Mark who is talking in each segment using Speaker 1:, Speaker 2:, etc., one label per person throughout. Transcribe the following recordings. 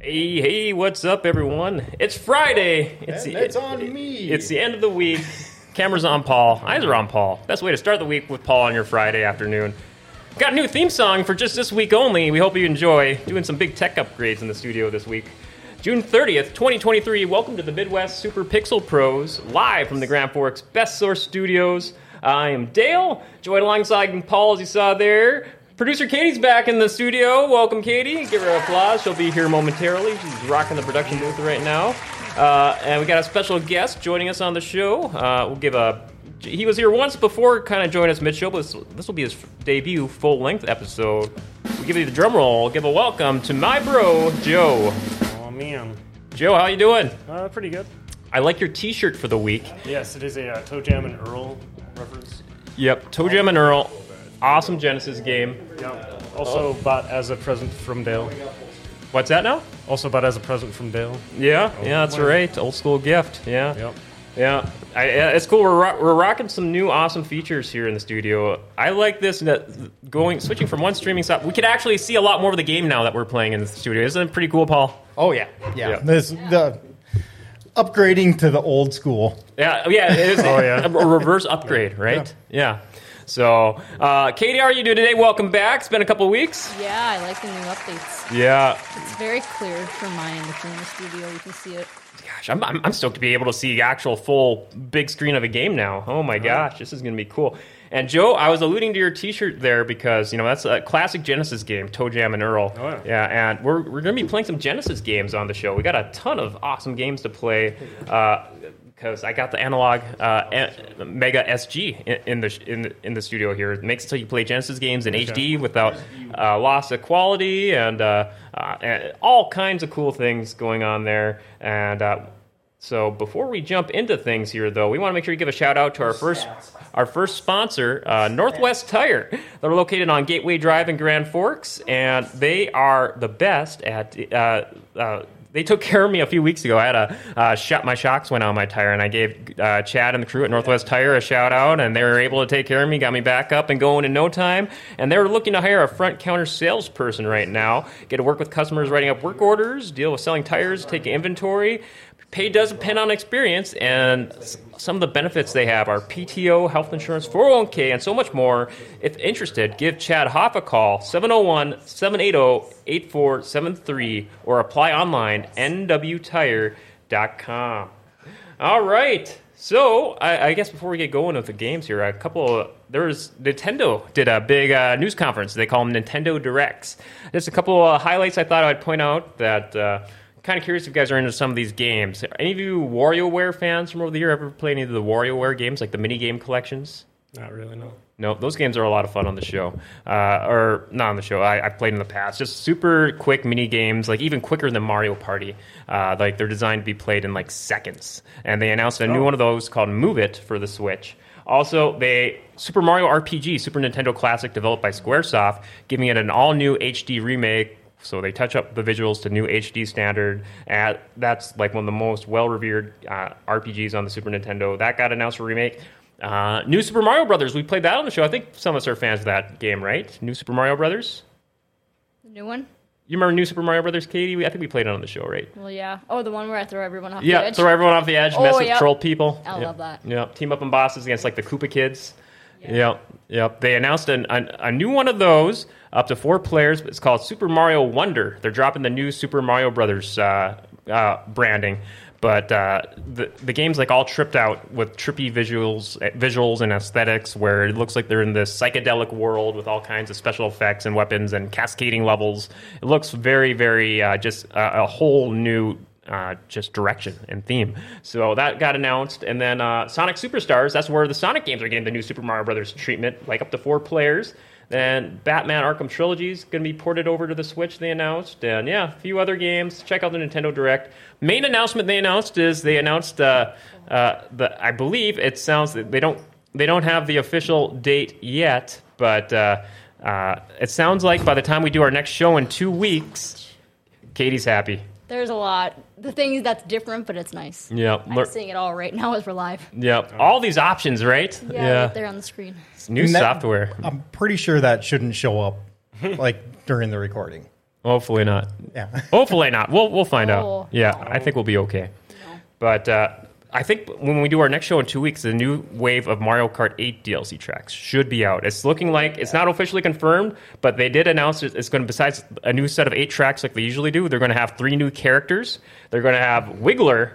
Speaker 1: Hey, hey, what's up, everyone? It's Friday. It's
Speaker 2: And it's on me.
Speaker 1: It's the end of the week. Cameras on Paul. Eyes are on Paul. Best way to start the week with Paul on your Friday afternoon. We've got a new theme song for just this week only. We hope you enjoy doing some big tech upgrades in the studio this week. June 30th, 2023. Welcome to the Midwest Super Pixel Pros, live from the Grand Forks Best Source Studios. I am Dale, joined alongside Paul, as you saw there. Producer Katie's back in the studio. Welcome, Katie. Give her an applause. She'll be here momentarily. She's rocking the production booth right now. Uh, and we got a special guest joining us on the show. Uh, we'll give a he was here once before, kind of joined us mid show, but this, this will be his debut full length episode. We give you the drum roll, give a welcome to my bro, Joe.
Speaker 2: Oh man,
Speaker 1: Joe, how you doing?
Speaker 2: uh, pretty good.
Speaker 1: I like your t shirt for the week.
Speaker 2: Yes, it is a uh, Toe Jam and Earl reference.
Speaker 1: Yep, Toe Jam and Earl. Awesome Genesis game.
Speaker 2: Yeah. Also bought as a present from Dale.
Speaker 1: What's that now?
Speaker 2: Also bought as a present from Dale.
Speaker 1: Yeah, yeah, that's right. Old school gift. Yeah.
Speaker 2: Yep.
Speaker 1: Yeah, I, yeah, it's cool. We're, ro- we're rocking some new awesome features here in the studio. I like this that going switching from one streaming stop. We could actually see a lot more of the game now that we're playing in the studio. Isn't it pretty cool, Paul?
Speaker 3: Oh yeah, yeah.
Speaker 1: Yeah.
Speaker 3: This the upgrading to the old school.
Speaker 1: Yeah, oh, yeah, it is
Speaker 2: yeah.
Speaker 1: a reverse upgrade, right? Yeah. So, uh, Katie, how are you doing today? Welcome back. It's been a couple weeks.
Speaker 4: Yeah, I like the new updates.
Speaker 1: Yeah.
Speaker 4: It's very clear from my end. If you're in the studio, you can see it.
Speaker 1: Gosh, I'm, I'm, I'm stoked to be able to see actual full big screen of a game now. Oh my gosh, this is going to be cool. And Joe, I was alluding to your T-shirt there because you know that's a classic Genesis game, Toe Jam and Earl.
Speaker 2: Oh, yeah.
Speaker 1: and we're, we're going to be playing some Genesis games on the show. We got a ton of awesome games to play Uh, because I got the analog uh, a- Mega SG in, in the sh- in the, in the studio here. It makes it so you play Genesis games in HD without uh, loss of quality and, uh, uh, and all kinds of cool things going on there. And uh, so before we jump into things here, though, we want to make sure we give a shout out to our first our first sponsor, uh, Northwest Tire. They're located on Gateway Drive in Grand Forks, and they are the best at. Uh, uh, they took care of me a few weeks ago. I had a uh, shot. My shocks went on my tire, and I gave uh, Chad and the crew at Northwest Tire a shout out, and they were able to take care of me, got me back up and going in no time. And they're looking to hire a front counter salesperson right now. Get to work with customers writing up work orders, deal with selling tires, take inventory. Pay does depend on experience, and s- some of the benefits they have are PTO, health insurance, 401k, and so much more. If interested, give Chad Hoff a call, 701 780 8473, or apply online, nwtire.com. All right. So I, I guess before we get going with the games here, a couple. Of, there was Nintendo did a big uh, news conference. They call them Nintendo Directs. Just a couple of highlights I thought I'd point out that. Uh, Kind of curious if you guys are into some of these games. Are any of you WarioWare fans from over the year ever play any of the WarioWare games, like the mini game collections?
Speaker 2: Not really. No.
Speaker 1: No, those games are a lot of fun on the show, uh, or not on the show. I, I've played in the past. Just super quick mini games, like even quicker than Mario Party. Uh, like they're designed to be played in like seconds. And they announced a new one of those called Move It for the Switch. Also, they Super Mario RPG, Super Nintendo classic developed by SquareSoft, giving it an all-new HD remake so they touch up the visuals to new HD standard. And that's like one of the most well-revered uh, RPGs on the Super Nintendo. That got announced for remake. Uh, new Super Mario Brothers. We played that on the show. I think some of us are fans of that game, right? New Super Mario Brothers.
Speaker 4: The new one?
Speaker 1: You remember New Super Mario Brothers, Katie? We- I think we played it on the show, right?
Speaker 4: Well, yeah. Oh, the one where I throw everyone off the
Speaker 1: Yeah,
Speaker 4: edge.
Speaker 1: throw everyone off the edge,
Speaker 4: Oh,
Speaker 1: mess with
Speaker 4: yep.
Speaker 1: troll people.
Speaker 4: I
Speaker 1: Yep.
Speaker 4: love that.
Speaker 1: Yep, team up on bosses against like the Koopa kids. Yep, yep. They announced an, an, a new one of those, up to four players. It's called Super Mario Wonder. They're dropping the new Super Mario Brothers uh, uh, branding, but uh, the the game's like all tripped out with trippy visuals, eh, visuals and aesthetics, where it looks like they're in this psychedelic world with all kinds of special effects and weapons and cascading levels. It looks very, very uh, just uh, a whole new uh, just direction and theme. So that got announced, and then uh, Sonic Superstars. That's where the Sonic games are getting the new Super Mario Brothers treatment, like up to four players. Then Batman Arkham Trilogy is going to be ported over to the Switch. They announced, and yeah, a few other games. Check out the Nintendo Direct. Main announcement they announced is they announced uh, uh, the. I believe it sounds they don't they don't have the official date yet, but uh, uh, it sounds like by the time we do our next show in two weeks, Katie's happy.
Speaker 4: There's a lot. The thing is that's different, but it's nice.
Speaker 1: Yeah,
Speaker 4: I'm seeing it all right now as we're live.
Speaker 1: Yeah, all these options, right?
Speaker 4: Yeah, right there on the screen.
Speaker 1: It's new
Speaker 3: And that-
Speaker 1: software.
Speaker 3: I'm pretty sure that shouldn't show up like during the recording.
Speaker 1: Hopefully not.
Speaker 3: Yeah.
Speaker 1: Hopefully not. We'll we'll find
Speaker 4: Oh.
Speaker 1: out. Yeah, I think we'll be okay. But uh, I think when we do our next show in two weeks, the new wave of Mario Kart 8 DLC tracks should be out. It's looking like it's not officially confirmed, but they did announce it- it's going to besides a new set of eight tracks like they usually do. They're going to have three new characters. They're going to have Wiggler,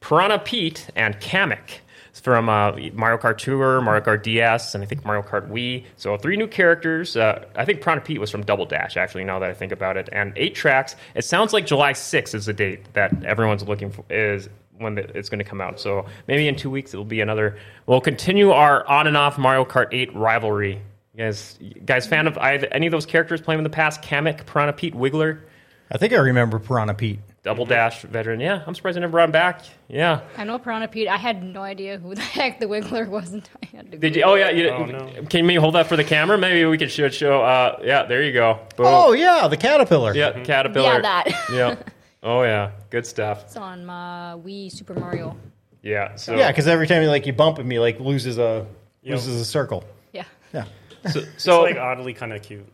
Speaker 1: Piranha Pete, and Kamek. It's from uh, Mario Kart Tour, Mario Kart DS, and I think Mario Kart Wii. So three new characters. Uh, I think Prana Pete was from Double Dash, actually. Now that I think about it, and eight tracks. It sounds like July 6th is the date that everyone's looking for. Is when the, it's going to come out. So maybe in two weeks it'll be another. We'll continue our on and off Mario Kart 8 rivalry. You guys, you guys, fan of either, any of those characters playing in the past? Kamek, Piranha Pete, Wiggler,
Speaker 3: I think I remember Piranha Pete.
Speaker 1: Double Dash veteran. Yeah, I'm surprised I never brought him back. Yeah.
Speaker 4: I know Piranha Pete. I had no idea who the heck the Wiggler was until I had to.
Speaker 1: Did you? Oh yeah. You,
Speaker 2: Oh, no.
Speaker 1: Can you hold that for the camera? Maybe we could show. show uh, yeah. There you go. Boom.
Speaker 3: Oh yeah, the caterpillar.
Speaker 1: yeah.
Speaker 2: Mm-hmm.
Speaker 1: Caterpillar.
Speaker 4: Yeah, that.
Speaker 1: yeah. Oh yeah. Good stuff.
Speaker 4: It's on my Wii Super Mario.
Speaker 1: Yeah. So
Speaker 3: Yeah, because every time you like you bump at me, like loses a
Speaker 2: Yep.
Speaker 3: loses a circle.
Speaker 4: Yeah.
Speaker 3: Yeah.
Speaker 1: so,
Speaker 2: It's
Speaker 1: so,
Speaker 2: like oddly kind of cute.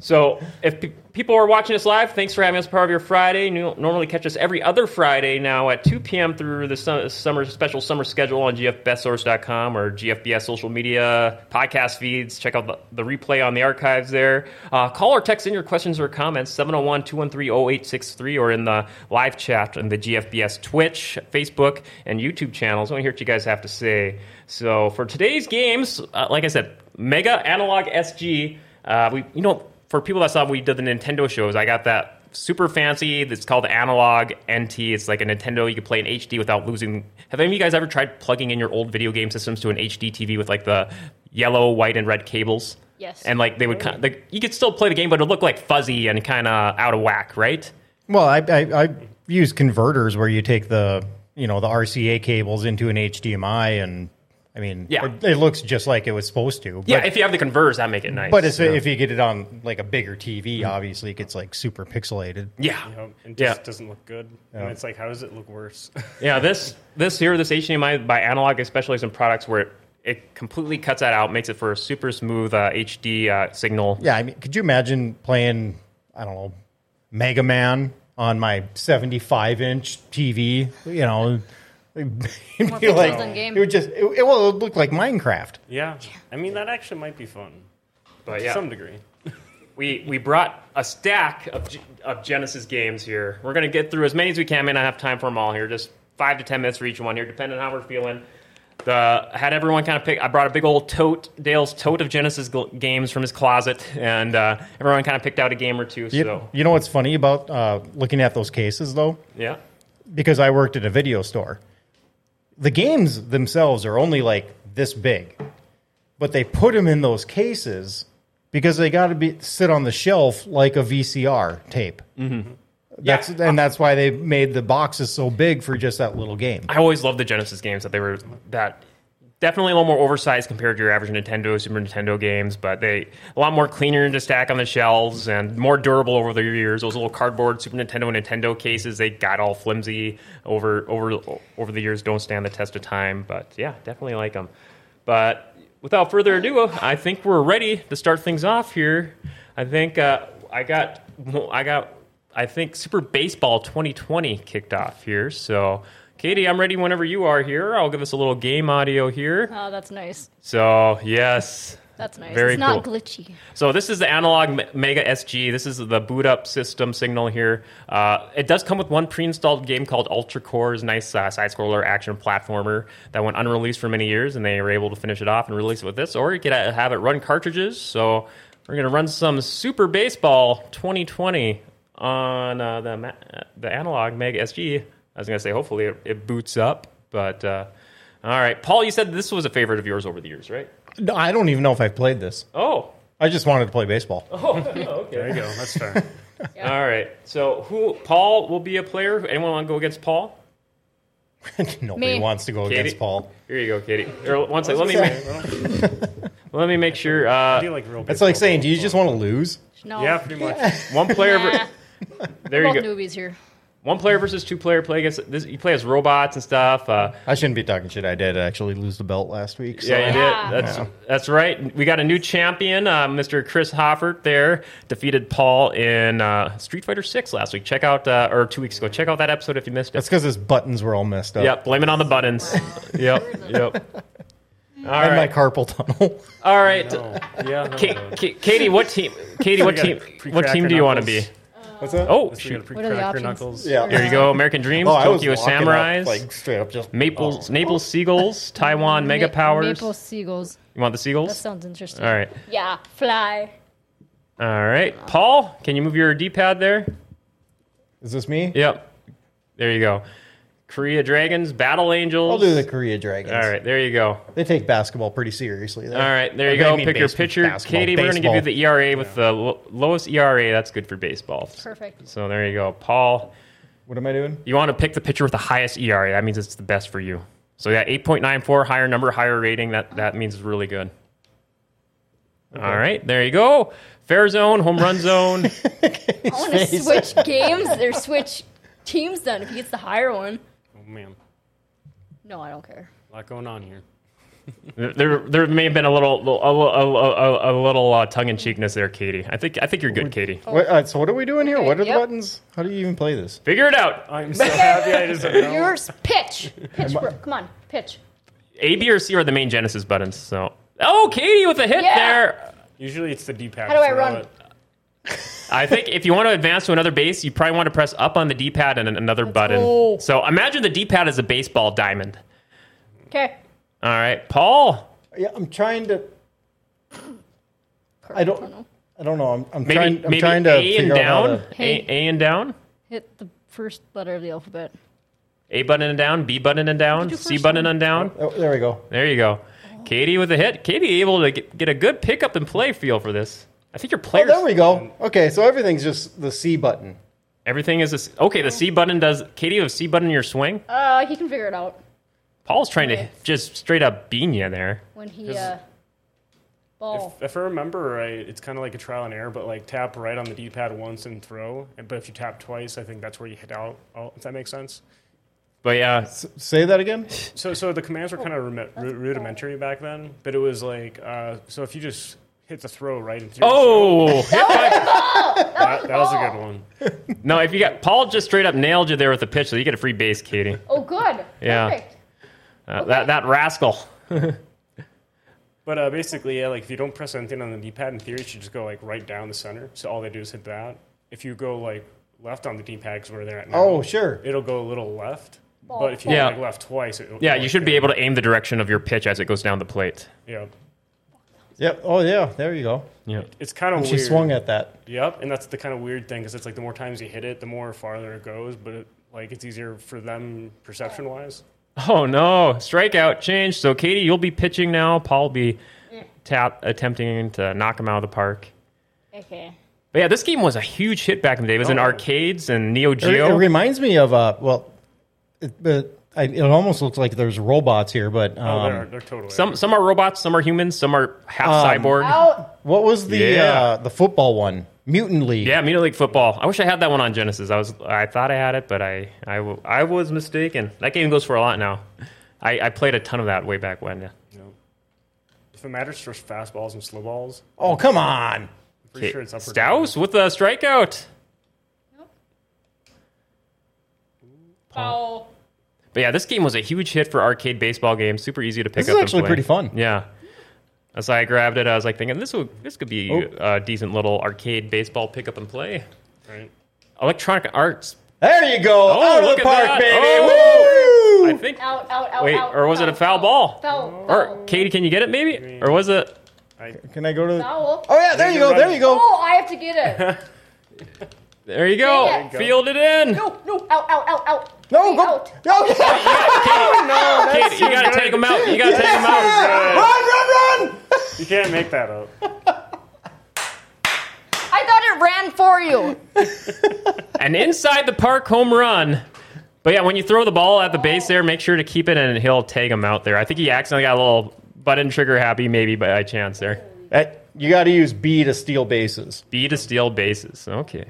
Speaker 1: so if pe- people are watching us live, thanks for having us part of your Friday. You normally catch us every other Friday now at 2 p.m. through the su- summer special summer schedule on gfbestsource.com or GFBS social media podcast feeds. Check out the, the replay on the archives there. Uh, call or text in your questions or comments 701 213 0863 or in the live chat on the GFBS Twitch, Facebook, and YouTube channels. I want to hear what you guys have to say. So for today's games, uh, like I said, Mega Analog SG. Uh, we, you know, for people that saw we did the Nintendo shows, I got that super fancy. It's called Analog NT. It's like a Nintendo you can play in HD without losing. Have any of you guys ever tried plugging in your old video game systems to an HD TV with like the yellow, white, and red cables?
Speaker 4: Yes.
Speaker 1: And like they would kind of, like you could still play the game, but it looked like fuzzy and kind of out of whack, right?
Speaker 3: Well, I, I I use converters where you take the you know the RCA cables into an HDMI, and I mean,
Speaker 1: Yeah.
Speaker 3: it, it looks just like it was supposed to. But,
Speaker 1: Yeah, if you have the converters, that make it nice.
Speaker 3: but it's, if you get it on like a bigger TV, obviously it gets like super pixelated.
Speaker 1: yeah,
Speaker 2: You know, and
Speaker 1: Yeah.
Speaker 2: just doesn't look good. And it's like, how does it look worse?
Speaker 1: Yeah, this this here, this HDMI by Analog, especially some products where it, it completely cuts that out, makes it for a super smooth uh, HD uh, signal.
Speaker 3: Yeah, I mean, could you imagine playing I don't know Mega Man on my seventy-five inch TV? You know. It'd be
Speaker 4: pixels
Speaker 3: like,
Speaker 4: than game.
Speaker 3: it would just it, it will look like Minecraft.
Speaker 2: yeah. I mean, that actually might be fun
Speaker 1: But
Speaker 2: to
Speaker 1: yeah,
Speaker 2: some degree.
Speaker 1: we we brought a stack of G- of Genesis games here. We're gonna get through as many as we can. May not have time for them all here. Just five to ten minutes for each one here, depending on how we're feeling. The I had everyone kind of pick. I brought a big old tote, Dale's tote of Genesis gl- games from his closet, and uh, everyone kind of picked out a game or two.
Speaker 3: You,
Speaker 1: So
Speaker 3: you know what's funny about uh, looking at those cases though?
Speaker 1: yeah,
Speaker 3: because I worked at a video store. The games themselves are only like this big, but they put them in those cases because they got to be sit on the shelf like a VCR tape. Mm-hmm. That's
Speaker 1: Yeah.
Speaker 3: and that's why they made the boxes so big for just that little game.
Speaker 1: I always loved the Genesis games that they were that definitely a little more oversized compared to your average Nintendo, Super Nintendo games, but they a lot more cleaner to stack on the shelves and more durable over the years. Those little cardboard Super Nintendo and Nintendo cases they got all flimsy over over over the years, don't stand the test of time. But yeah, definitely like them. But without further ado, I think we're ready to start things off here. I think uh, I got I got I think Super Baseball 2020 kicked off here. So, Katie, I'm ready whenever you are here. I'll give us a little game audio here.
Speaker 4: Oh, that's nice.
Speaker 1: So, yes.
Speaker 4: That's nice.
Speaker 1: Very
Speaker 4: it's not
Speaker 1: cool.
Speaker 4: glitchy.
Speaker 1: So this is the analog Me- Mega SG. This is the boot up system signal here. Uh, it does come with one pre-installed game called Ultra Cores, nice uh, side-scroller action platformer that went unreleased for many years, and they were able to finish it off and release it with this. Or you could uh, have it run cartridges. So we're going to run some Super Baseball 2020 on uh, the ma- uh, the analog Mega SG. I was going to say hopefully it, it boots up, but uh, all right, Paul, you said this was a favorite of yours over the years, right?
Speaker 3: No, I don't even know if I've played this.
Speaker 1: Oh,
Speaker 3: I just wanted to play baseball.
Speaker 1: okay.
Speaker 2: There you go. That's fair.
Speaker 1: All right. So who? Paul will be a player. Anyone want to go against Paul?
Speaker 3: Nobody
Speaker 4: Me.
Speaker 3: wants to go
Speaker 1: Katie?
Speaker 3: against Paul.
Speaker 1: Here you go, Katie. Or one second. Let me
Speaker 2: I
Speaker 1: make,
Speaker 2: don't
Speaker 1: let me make sure. Uh,
Speaker 2: feel like real
Speaker 3: It's like
Speaker 2: baseball,
Speaker 3: saying, do you
Speaker 2: but-
Speaker 3: just want to lose?
Speaker 4: No.
Speaker 2: Yeah, pretty much.
Speaker 1: one player.
Speaker 4: Nah.
Speaker 1: There
Speaker 4: We're
Speaker 1: you
Speaker 4: both
Speaker 1: go.
Speaker 4: newbies here.
Speaker 1: one player versus two player play against this, you play as robots and stuff. Uh,
Speaker 3: I shouldn't be talking shit. I did actually lose the belt last week. So.
Speaker 1: yeah, you
Speaker 4: Yeah.
Speaker 1: did. That's that's right. We got a new champion, uh, Mr. Chris Hoffert. There defeated Paul in uh, Street Fighter Six last week. Check out uh, or two weeks ago. Check out that episode if you missed it.
Speaker 3: That's because his buttons were all messed up.
Speaker 1: Yep, blame it on the buttons. yep, yep. All
Speaker 3: I had
Speaker 1: right,
Speaker 3: my carpal tunnel.
Speaker 1: all right.
Speaker 2: No. Yeah. no,
Speaker 1: Ka-
Speaker 2: no.
Speaker 1: Ka- Katie, what team? Katie, what
Speaker 2: We got
Speaker 1: team?
Speaker 2: pre-
Speaker 1: What team do you want to be?
Speaker 2: knuckles.
Speaker 3: Uh, What's that?
Speaker 1: Oh,
Speaker 2: Let's
Speaker 1: shoot.
Speaker 2: get a
Speaker 4: What are the
Speaker 2: precracker
Speaker 4: options?
Speaker 2: knuckles.
Speaker 3: Yeah.
Speaker 1: Here you go. American Dreams,
Speaker 3: Oh, I was
Speaker 1: Tokyo
Speaker 3: walking up,
Speaker 1: Samurais,
Speaker 3: like oh. straight up, just
Speaker 1: Naples, Naples Seagulls, Taiwan Mega
Speaker 4: Ma-
Speaker 1: Powers.
Speaker 4: Maple seagulls.
Speaker 1: You want the
Speaker 5: That
Speaker 1: Seagulls? All
Speaker 5: sounds interesting.
Speaker 1: right,
Speaker 5: Yeah, fly.
Speaker 1: all right. Paul, can you move your D-pad there?
Speaker 3: Is this me?
Speaker 1: Yep. There you go. Korea Dragons, Battle Angels.
Speaker 3: I'll do the Korea Dragons.
Speaker 1: All right, there you go.
Speaker 3: They take basketball pretty seriously.
Speaker 1: All right, there you go. Pick your pitcher, Katie. We're going to give you the ERA with the lo- lowest ERA. That's good for baseball.
Speaker 5: Perfect.
Speaker 1: So there you go, Paul.
Speaker 3: What am I doing?
Speaker 1: You want to pick the pitcher with the highest ERA. That means it's the best for you. So yeah, eight point nine four, higher number, higher rating. That that means it's really good. All right, there you go. Fair zone, home run zone.
Speaker 5: I want to switch games or switch teams then if he gets the higher one.
Speaker 2: Oh man,
Speaker 5: No, I don't care.
Speaker 2: a lot going on here.
Speaker 1: there there may have been a little a, little- a, a, a little uh, tongue in cheekness there, Katie. I think I think you're good, Katie.
Speaker 3: What, uh, so what are we doing here?
Speaker 5: Okay,
Speaker 3: what are
Speaker 5: yep.
Speaker 3: the buttons? How do you even play this?
Speaker 1: Figure it out.
Speaker 2: I'm so happy I just don't know.
Speaker 5: Yours, pitch. Pitch, bro. Come on, pitch.
Speaker 1: A, B, or C are the main Genesis buttons. So oh, Katie with a hit
Speaker 5: Yeah.
Speaker 1: there.
Speaker 2: Usually it's the D pad.
Speaker 5: How do I run?
Speaker 1: I think if you want to advance to another base, you probably want to press up on the D-pad and another button.
Speaker 3: go.
Speaker 1: So imagine the D-pad is a baseball diamond.
Speaker 5: Okay.
Speaker 1: All right, Paul.
Speaker 3: Yeah, I'm trying to. I don't. I don't know. I'm, I'm
Speaker 1: Maybe
Speaker 3: trying. I'm
Speaker 1: maybe
Speaker 3: trying
Speaker 1: A
Speaker 3: to
Speaker 1: and
Speaker 3: figure out how
Speaker 1: down.
Speaker 3: to.
Speaker 1: A, A and down.
Speaker 4: Hit the first letter of the alphabet.
Speaker 1: A button and down. B button and down.
Speaker 4: do
Speaker 1: C
Speaker 4: first
Speaker 1: button and down.
Speaker 3: Oh, there we go.
Speaker 1: There you go. Katie with a hit. Katie able to get, get a good pickup and play feel for this. I think your
Speaker 3: Oh,
Speaker 1: players.
Speaker 3: there we go. Okay, so everything's just the C button.
Speaker 1: everything is this. Okay, the C button does. Katie, you have a C button in your swing.
Speaker 5: Uh, he can figure it out
Speaker 1: Paul's trying to just straight up bean you there.
Speaker 5: when he uh, ball.
Speaker 2: If, if I remember right, it's kind of like a trial and error, but like tap right on the D pad once and throw. And- But if you tap twice, I think that's where you hit out. Oh, if that makes sense.
Speaker 1: But yeah,
Speaker 3: S- say that again.
Speaker 2: So, so the commands were kind of remi- ru- rudimentary back then, but it was like uh, so if you just hit the throw right into your
Speaker 1: Oh hit by-
Speaker 2: that, that was a good one.
Speaker 1: no! If you got Paul, just straight up nailed you there with a pitch, so you get a free base, Katie.
Speaker 5: Oh, good.
Speaker 1: Yeah.
Speaker 5: Perfect.
Speaker 1: Uh, That that rascal.
Speaker 2: But uh, basically, yeah, like if you don't press anything on the D pad, in theory, it should just go like right down the center. So all they do is hit that. If you go like left on the D pad, because where they're at now,
Speaker 3: Oh, sure.
Speaker 2: it'll go a little left. But if you
Speaker 1: Yeah.
Speaker 2: go like left twice, it,
Speaker 1: Yeah, you should be able to aim the direction of your pitch as it goes down the plate.
Speaker 2: Yeah,
Speaker 3: Yep. Oh yeah. There you go.
Speaker 1: Yeah.
Speaker 2: it's kind of
Speaker 3: She
Speaker 2: weird.
Speaker 3: swung at that.
Speaker 2: Yep, and that's the kind of weird thing because it's like the more times you hit it, the more farther it goes. But it, like it's easier for them perception wise.
Speaker 1: Oh no! Strikeout change. So Katie, you'll be pitching now. Paul will be tap attempting to knock him out of the park.
Speaker 5: Okay.
Speaker 1: But yeah, this game was a huge hit back in the day. It was in
Speaker 2: Oh.
Speaker 1: arcades and Neo
Speaker 3: It, it
Speaker 1: Geo.
Speaker 3: reminds me of uh. Well, it, but I, it almost looks like there's robots here, but um,
Speaker 2: Oh, they're, they're totally
Speaker 1: some some are robots, some are humans, some are half
Speaker 3: Um,
Speaker 1: cyborg.
Speaker 5: Out.
Speaker 3: What was the
Speaker 1: Yeah.
Speaker 3: uh, the football one? Mutant League.
Speaker 1: Yeah, Major League Football. I wish I had that one on Genesis. I was I thought I had it, but I I, w- I was mistaken. That game goes for a lot now. I, I played a ton of that way back when. Yeah.
Speaker 2: You know. If it matters for fastballs and slow balls,
Speaker 3: Oh come on.
Speaker 2: I'm pretty sure it's upper.
Speaker 1: Staus with a strikeout.
Speaker 5: Foul.
Speaker 1: But yeah, this game was a huge hit for arcade baseball games. Super easy to pick
Speaker 3: This
Speaker 1: up.
Speaker 3: is actually
Speaker 1: and play.
Speaker 3: pretty fun.
Speaker 1: Yeah. As I grabbed it, I was like thinking this would this could be
Speaker 3: Oh.
Speaker 1: a decent little arcade baseball pickup and play.
Speaker 2: Right.
Speaker 1: Electronic Arts.
Speaker 3: There you go.
Speaker 1: Oh,
Speaker 3: Out of
Speaker 1: look
Speaker 3: the
Speaker 1: at
Speaker 3: park,
Speaker 1: that.
Speaker 3: baby.
Speaker 1: Oh.
Speaker 3: Woo!
Speaker 1: I think.
Speaker 5: Out, out, out,
Speaker 1: Wait,
Speaker 5: out,
Speaker 1: or was it a foul ball?
Speaker 5: Foul. foul.
Speaker 1: Or Katie, can you get it maybe? Or was it?
Speaker 3: Can I go to the?
Speaker 5: Foul.
Speaker 3: Oh yeah, there you go. There you go.
Speaker 5: Oh, I have to get it.
Speaker 1: There you go.
Speaker 5: Dang it.
Speaker 2: There you go.
Speaker 1: Field it in.
Speaker 5: No, no, out, out, out, out.
Speaker 3: No,
Speaker 5: Way
Speaker 3: go.
Speaker 5: Out.
Speaker 3: No. Oh, no.
Speaker 1: Katie, you gotta take him out. You gotta take him out.
Speaker 3: Run, run, run.
Speaker 2: You can't make that up.
Speaker 5: I thought it ran for you.
Speaker 1: An inside the park home run. But yeah, when you throw the ball at the base there, make sure to keep it and he'll tag him out there. I think he accidentally got a little button trigger happy maybe by chance there.
Speaker 3: Eh, You got to use B to steal bases.
Speaker 1: B to steal bases. Okay.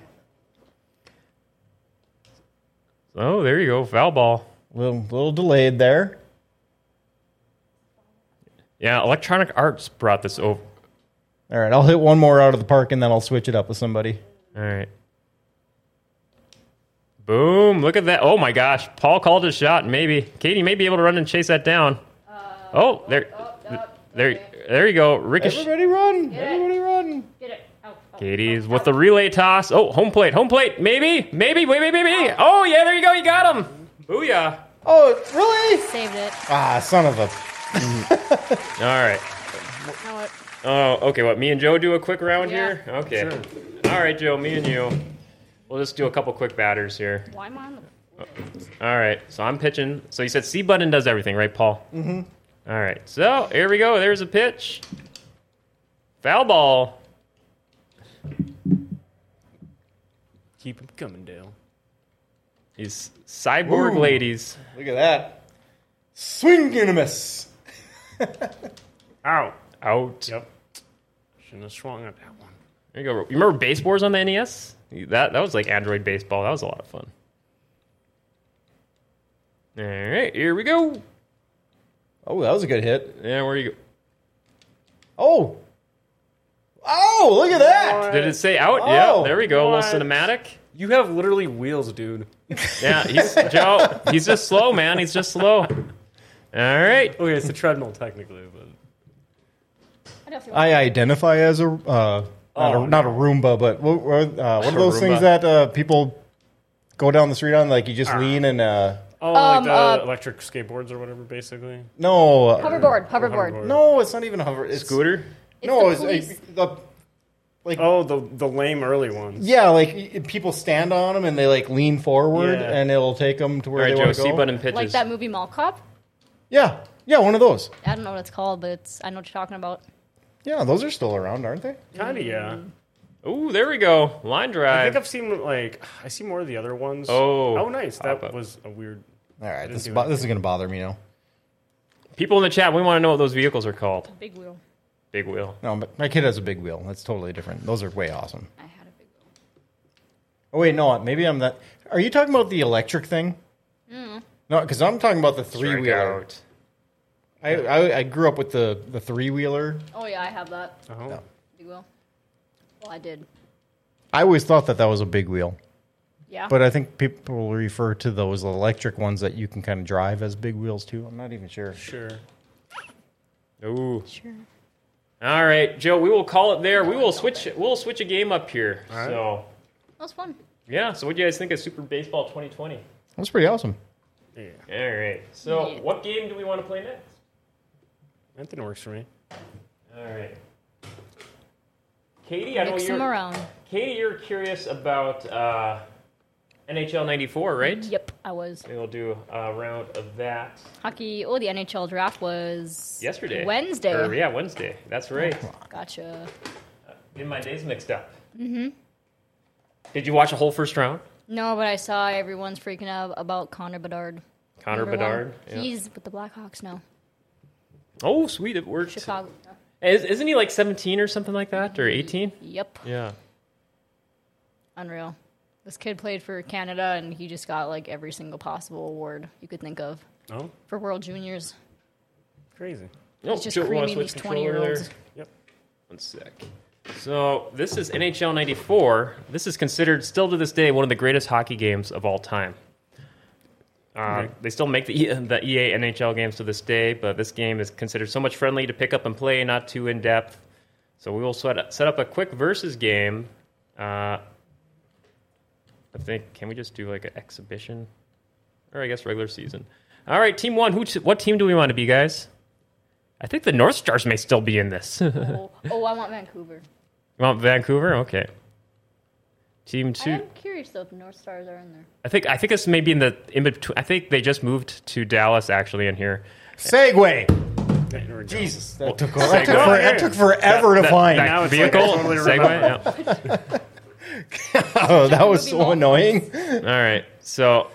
Speaker 1: Oh, there you go, foul ball.
Speaker 3: little, little delayed there.
Speaker 1: Yeah, Electronic Arts brought this over.
Speaker 3: All right, I'll hit one more out of the park and then I'll switch it up with somebody.
Speaker 1: All right. Boom! Look at that. Oh my gosh, Paul called his shot. Maybe Katie may be able to run and chase that down. oh, there, there, there you go. Ricochet.
Speaker 3: Everybody run!
Speaker 5: it.
Speaker 3: Everybody run!
Speaker 5: Get it. Oh, Out, out,
Speaker 1: Katie's
Speaker 5: out,
Speaker 1: with
Speaker 5: out.
Speaker 1: the relay toss. Oh, home plate, home plate. Maybe, maybe, maybe, maybe. maybe. Oh yeah, there you go. You got him. Booyah!
Speaker 3: Oh, really?
Speaker 4: Saved it.
Speaker 3: Ah, son of a.
Speaker 1: All right.
Speaker 4: Now it-
Speaker 1: Oh, okay. What? Me and Joe do a quick round
Speaker 4: Yeah.
Speaker 1: here. Okay. All right, Joe. Me and you. We'll just do a couple quick batters here.
Speaker 5: Why am I on the.
Speaker 1: All right. So I'm pitching. So you said C button does everything, right, Paul? Mm-hmm. All right. So here we go. There's a pitch. Foul ball.
Speaker 2: Keep him coming, Dale.
Speaker 1: These cyborg
Speaker 3: Ooh.
Speaker 1: ladies.
Speaker 3: Look at that. Swing and a miss.
Speaker 2: Ow.
Speaker 1: Out.
Speaker 2: Yep. Shouldn't have swung at that one.
Speaker 1: There you go. You remember baseboards on the NES? That that was like Android baseball. That was a lot of fun. All right. Here we go.
Speaker 3: Oh, that was a good hit.
Speaker 1: Yeah. Where you go?
Speaker 3: Oh. Oh, look at that.
Speaker 1: Did it say out? yeah,
Speaker 3: Oh,
Speaker 1: there we go. A
Speaker 2: what?
Speaker 1: little cinematic.
Speaker 2: You have literally wheels, dude.
Speaker 1: Yeah, he's Joe. He's just slow, man. He's just slow. All right.
Speaker 2: Okay, it's a treadmill technically, but
Speaker 5: I don't feel.
Speaker 3: I identify as a uh, not,
Speaker 2: Oh,
Speaker 3: a, not a Roomba, but what, what, uh, what are
Speaker 1: Roomba.
Speaker 3: those
Speaker 1: Ah.
Speaker 3: things that uh, people go down the street on? Like you just lean and uh,
Speaker 2: oh,
Speaker 5: Um,
Speaker 2: like the
Speaker 5: uh,
Speaker 2: electric skateboards or whatever, basically.
Speaker 3: no, uh,
Speaker 5: hoverboard. Hoverboard.
Speaker 2: Hoverboard.
Speaker 3: no, it's not even a hover. It's,
Speaker 1: Scooter.
Speaker 5: It's
Speaker 3: no,
Speaker 5: the
Speaker 3: it's
Speaker 5: police.
Speaker 3: like, the
Speaker 2: Oh, the the lame early ones.
Speaker 3: yeah, like y- people stand on them and they like lean forward
Speaker 2: Yeah.
Speaker 3: and it'll take them to
Speaker 1: All
Speaker 3: where
Speaker 1: right,
Speaker 3: they
Speaker 1: Joe.
Speaker 3: want to
Speaker 1: C
Speaker 3: go.
Speaker 1: button pitches.
Speaker 5: like that movie Mall Cop.
Speaker 3: Yeah, yeah, one of those.
Speaker 5: I don't know what it's called, but it's. I know what you're talking about.
Speaker 3: Yeah, those are still around, aren't they?
Speaker 2: Kind of, yeah.
Speaker 1: Ooh, there we go. Line
Speaker 2: I
Speaker 1: drive.
Speaker 2: think I've seen like I see more of the other ones.
Speaker 1: Oh,
Speaker 2: oh, nice.
Speaker 1: pop up.
Speaker 2: That was a weird.
Speaker 3: All right, this,
Speaker 2: do
Speaker 3: bo-
Speaker 2: it.
Speaker 3: this is gonna bother me now.
Speaker 1: People in the chat, we want to know what those vehicles are called.
Speaker 5: Big wheel.
Speaker 1: Big wheel.
Speaker 3: No, but my kid has a big wheel. That's totally different. Those are way awesome.
Speaker 5: I had a big wheel.
Speaker 3: Oh wait, no, maybe I'm that. Are you talking about the electric thing? No, because I'm talking about the three wheeler.
Speaker 1: Strikeout.
Speaker 3: I, I I grew up with the the three wheeler.
Speaker 5: Oh yeah, I have that
Speaker 2: Oh,
Speaker 3: No.
Speaker 5: big wheel. Well, I did.
Speaker 3: I always thought that that was a big wheel,
Speaker 5: Yeah.
Speaker 3: but I think people refer to those electric ones that you can kind of drive as big wheels too. I'm not even sure.
Speaker 2: sure.
Speaker 1: Ooh. All right, Joe. We will call it there. We will switch. We'll switch a game up here.
Speaker 2: right.
Speaker 1: So
Speaker 5: that was fun.
Speaker 1: yeah. So what do you guys think of Super Baseball 2020?
Speaker 3: That's pretty awesome.
Speaker 2: Yeah,
Speaker 1: All right. So
Speaker 5: Yeah.
Speaker 1: what game do we want to play next?
Speaker 2: Anthony works for me.
Speaker 1: All right. Katie, I know
Speaker 5: Mix them
Speaker 1: you're
Speaker 5: around.
Speaker 1: Katie. You're curious about uh, NHL '94, right?
Speaker 5: Yep, I was.
Speaker 1: We'll do a round of that
Speaker 5: Hockey. Oh, the NHL draft was
Speaker 1: yesterday,
Speaker 5: Wednesday. Oh,
Speaker 1: Or, yeah, Wednesday. That's right.
Speaker 5: Gotcha.
Speaker 1: Getting my days mixed up. Mm-hmm. Did you watch a whole first round?
Speaker 5: No, but I saw everyone's freaking out about Connor Bedard.
Speaker 1: Connor
Speaker 5: Number one.
Speaker 1: Bedard. yeah.
Speaker 5: He's with the Blackhawks now.
Speaker 1: Oh, sweet, it worked.
Speaker 5: Chicago.
Speaker 1: Is, isn't he like 17 or something like that, or 18?
Speaker 5: Yep.
Speaker 1: Yeah.
Speaker 5: Unreal. This kid played for Canada and he just got like every single possible award you could think of
Speaker 2: Oh,
Speaker 5: for World Juniors.
Speaker 2: crazy.
Speaker 1: No,
Speaker 5: just
Speaker 1: Joe, wanna
Speaker 5: creaming
Speaker 1: switch
Speaker 5: these
Speaker 1: controller
Speaker 5: 20-year-olds.
Speaker 1: there?
Speaker 2: Yep.
Speaker 1: One sec. So this is NHL '94. This is considered still to this day one of the greatest hockey games of all time. Uh, They still make the, E- the EA NHL games to this day, but this game is considered so much friendly to pick up and play, not too in depth. So we will set, set up a quick versus game. Uh, I think can we just do like an exhibition, or I guess regular season? All right, team one. Who? What team do we want to be, guys? I think the North Stars may still be in this.
Speaker 5: Oh, oh, I want Vancouver.
Speaker 1: You want Vancouver? Okay. Team two.
Speaker 5: I'm curious though if North Stars are in there.
Speaker 1: I think I think this may be in the in between. I think they just moved to Dallas actually in here.
Speaker 3: Segway.
Speaker 2: There we go.
Speaker 3: Jesus, that took, that took, for, that
Speaker 2: Segway.
Speaker 3: took forever to
Speaker 1: That-
Speaker 3: find.
Speaker 1: that
Speaker 2: Now it's like I
Speaker 1: vehicle
Speaker 2: totally
Speaker 1: Segway.
Speaker 3: oh, that was
Speaker 5: Movie
Speaker 3: so
Speaker 5: Mall.
Speaker 3: annoying.
Speaker 1: Yeah. All right, so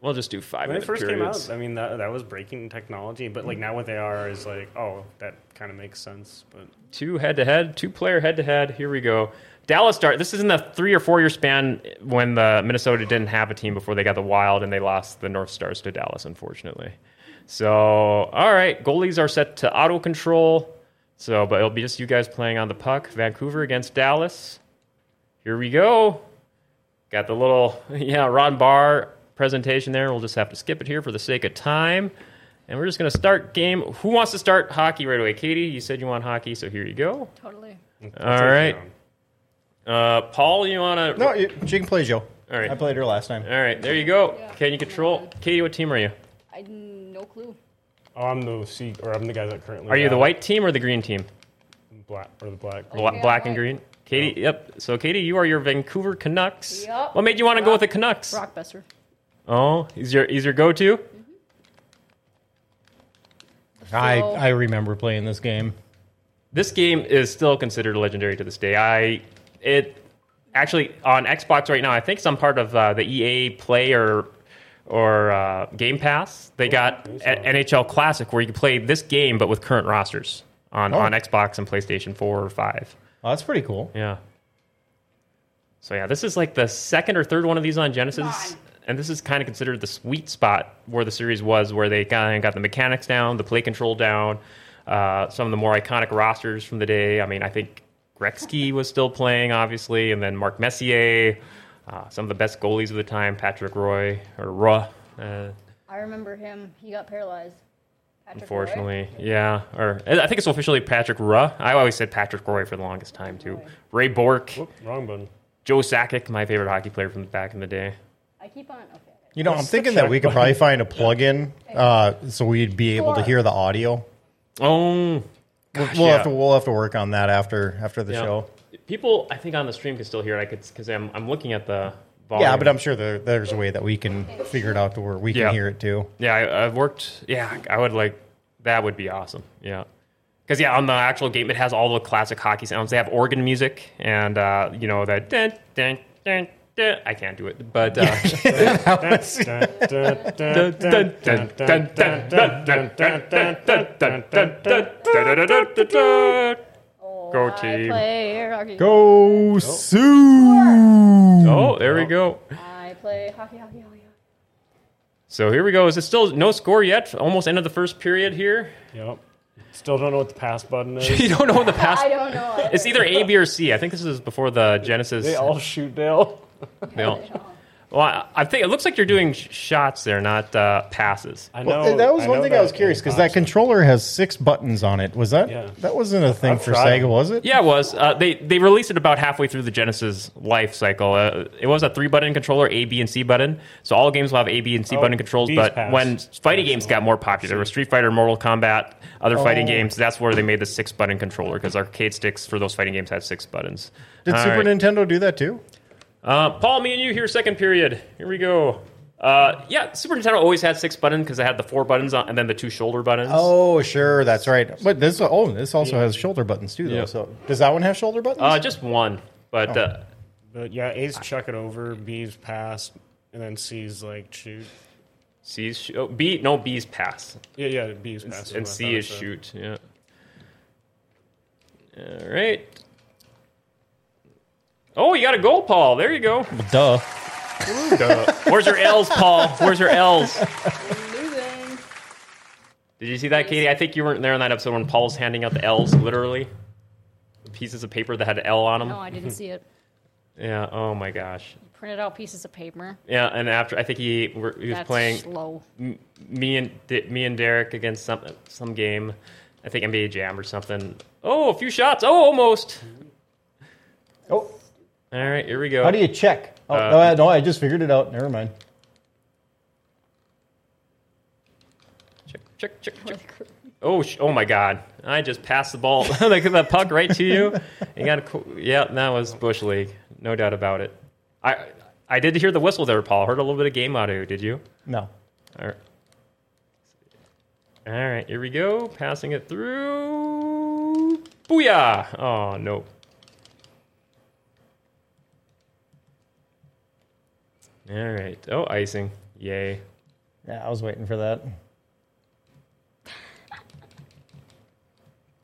Speaker 1: we'll just do five
Speaker 2: When
Speaker 1: minute
Speaker 2: it first
Speaker 1: periods.
Speaker 2: came out, I mean that that was breaking technology, but like now what they are is like, oh, that kind of makes sense. But
Speaker 1: Two head to head, two player head to head. Here we go. Dallas start. This is in the three or four year span when the Minnesota didn't have a team before they got the Wild and they lost the North Stars to Dallas, unfortunately. So, all right, goalies are set to auto control. So, but it'll be just you guys playing on the puck. Vancouver against Dallas. Here we go. Got the little yeah Ron Barr presentation there. We'll just have to skip it here for the sake of time, and we're just gonna start game. Who wants to start hockey right away? Katie, you said you want hockey, so here you go.
Speaker 5: Totally.
Speaker 1: All right, uh, Paul, you wanna?
Speaker 3: No, you- she can play Joe.
Speaker 1: All right.
Speaker 3: I played her last time.
Speaker 1: All right, there you go.
Speaker 5: Yeah.
Speaker 1: Can you control? Katie, what team are you?
Speaker 5: I no clue.
Speaker 2: Oh, I'm the C, or I'm the guy that currently.
Speaker 1: Are you the Oh.
Speaker 2: got
Speaker 1: white team or the green team?
Speaker 2: Black or the black?
Speaker 1: Bla-
Speaker 5: Yeah,
Speaker 1: black and
Speaker 5: white.
Speaker 1: green. Katie, yep. So Katie, you are your Vancouver Canucks.
Speaker 5: Yup.
Speaker 1: What made you want to go
Speaker 5: Rock-
Speaker 1: with the Canucks?
Speaker 5: Rockbuster.
Speaker 1: Oh, he's your he's your go-to.
Speaker 3: I,
Speaker 5: So-
Speaker 3: I remember playing this game.
Speaker 1: This game is still considered legendary to this day. I it actually on Xbox right now. I think some part of uh, the EA Play or or uh, Game Pass. They got
Speaker 2: there's
Speaker 1: a- NHL Classic where you can play this game but with current rosters on
Speaker 3: Oh.
Speaker 1: on Xbox and PlayStation Four or Five.
Speaker 3: Oh, that's pretty cool.
Speaker 1: Yeah. So yeah, this is like the second or third one of these on Genesis,
Speaker 5: Come
Speaker 1: and this is kind of considered the sweet spot where the series was, where they kind of got the mechanics down, the play control down, uh, some of the more iconic rosters from the day. I mean, I think Gretzky was still playing, obviously, and then Mark Messier, uh, some of the best goalies of the time, Patrick Roy or Ruh, uh,
Speaker 5: I remember him. He got paralyzed. Patrick
Speaker 1: unfortunately, yeah, or I think it's officially Patrick Ruh. I always said Patrick Roy for the longest time too. Ray Bork.
Speaker 2: Whoop, Oh, wrong button.
Speaker 1: Joe Sakic, my favorite hockey player from back in the day.
Speaker 5: I keep on. Okay.
Speaker 3: You know, I'm thinking that we could probably find a plug-in uh, so we'd be able to hear the audio.
Speaker 1: Oh, gosh,
Speaker 3: We'll
Speaker 1: yeah.
Speaker 3: have to we'll have to work on that after after the
Speaker 1: Yeah.
Speaker 3: show.
Speaker 1: People, I think on the stream can still hear it. I could because I'm I'm looking at the volume.
Speaker 3: Yeah, but I'm sure there, there's a way that we can figure it out to where we can
Speaker 1: Yeah.
Speaker 3: hear it too.
Speaker 1: yeah, I, I've worked. Yeah, I would like that would be awesome. Yeah. Because yeah, on the actual game, it has all the classic hockey sounds. They have organ music and uh, you know that. Dun, dun, dun, dun. I can't do it, but uh,
Speaker 5: Oh,
Speaker 1: Go
Speaker 5: I
Speaker 1: team.
Speaker 5: play hockey.
Speaker 3: Go Sue!
Speaker 1: oh, there we go.
Speaker 5: I play hockey, hockey, hockey. hockey.
Speaker 1: So here we go. Is it still no score yet? Almost end of the first period here.
Speaker 2: Yep. Still don't know what the pass button is.
Speaker 1: you don't know the past.
Speaker 5: I don't know.
Speaker 1: It's either A, B, or C. I think this is before the Genesis.
Speaker 2: They all shoot Dale.
Speaker 1: they all- Well, I- I think it looks like you're doing sh- shots there, not uh, passes.
Speaker 2: I know.
Speaker 3: Well, that was
Speaker 2: I
Speaker 3: one
Speaker 2: know
Speaker 3: thing
Speaker 2: that
Speaker 3: I was curious because that controller has six buttons on it. Was that
Speaker 2: Yeah.
Speaker 3: that wasn't a thing
Speaker 2: I've
Speaker 3: for
Speaker 2: tried
Speaker 3: Sega,
Speaker 2: it.
Speaker 3: was it?
Speaker 1: Yeah, it was. Uh, they they released it about halfway through the Genesis life cycle. Uh, it was a three button controller, A, B, and C button. So all games will have A, B, and C
Speaker 2: Oh,
Speaker 1: button controls.
Speaker 2: B's
Speaker 1: But
Speaker 2: passed.
Speaker 1: when fighting games got more popular, with Street Fighter, Mortal Kombat, other
Speaker 2: Oh.
Speaker 1: fighting games, that's where they made the six button controller because arcade sticks for those fighting games had six buttons.
Speaker 3: Did
Speaker 1: All
Speaker 3: Super
Speaker 1: right.
Speaker 3: Nintendo do that too?
Speaker 1: Uh, Paul, me and you here, second period. Here we go. Uh, yeah, Super Nintendo always had six buttons because it had the four buttons on, and then the two shoulder buttons.
Speaker 3: Oh, sure, that's right. But this oh, this also has shoulder buttons too, though.
Speaker 1: Yeah.
Speaker 3: So does that one have shoulder buttons?
Speaker 1: Uh, just one. But uh,
Speaker 2: But yeah, A's chuck it over, B's pass, and then C's like shoot.
Speaker 1: C's sh- oh, B no B's pass
Speaker 2: Yeah, yeah, B's pass.
Speaker 1: and
Speaker 2: what I
Speaker 1: C
Speaker 2: thought
Speaker 1: is
Speaker 2: I said.
Speaker 1: shoot. Yeah. All right. Oh, you got a goal, Paul. There you go.
Speaker 3: Duh.
Speaker 1: Where's your L's, Paul? Where's your L's?
Speaker 5: Losing.
Speaker 1: Did you see that, Katie? I think you weren't there on that episode when Paul's handing out the L's, literally pieces of paper that had L on them.
Speaker 5: No, I didn't see it.
Speaker 1: Yeah. Oh my gosh.
Speaker 5: Printed out pieces of paper.
Speaker 1: Yeah. And after I think he we're, he was
Speaker 5: That's
Speaker 1: playing
Speaker 5: slow.
Speaker 1: m- me and D- me and Derek against some some game. I think NBA Jam or something. Oh, a few shots. Oh, almost.
Speaker 3: Oh,
Speaker 1: All right. Here we go.
Speaker 3: how do you check? Oh no,
Speaker 1: uh,
Speaker 3: I, no, I just figured it out. Never mind.
Speaker 1: check check check check? Oh, sh- oh my God! I just passed the ball, like the puck right to you. You got a co- yeah. That was bush league, no doubt about it. I I did hear the whistle there, Paul. Heard a little bit of game audio. Did you?
Speaker 3: No.
Speaker 1: All right. All right, here we go. Passing it through. Booyah! Oh, no. All right. Oh, icing. Yay.
Speaker 3: Yeah, I was waiting for that.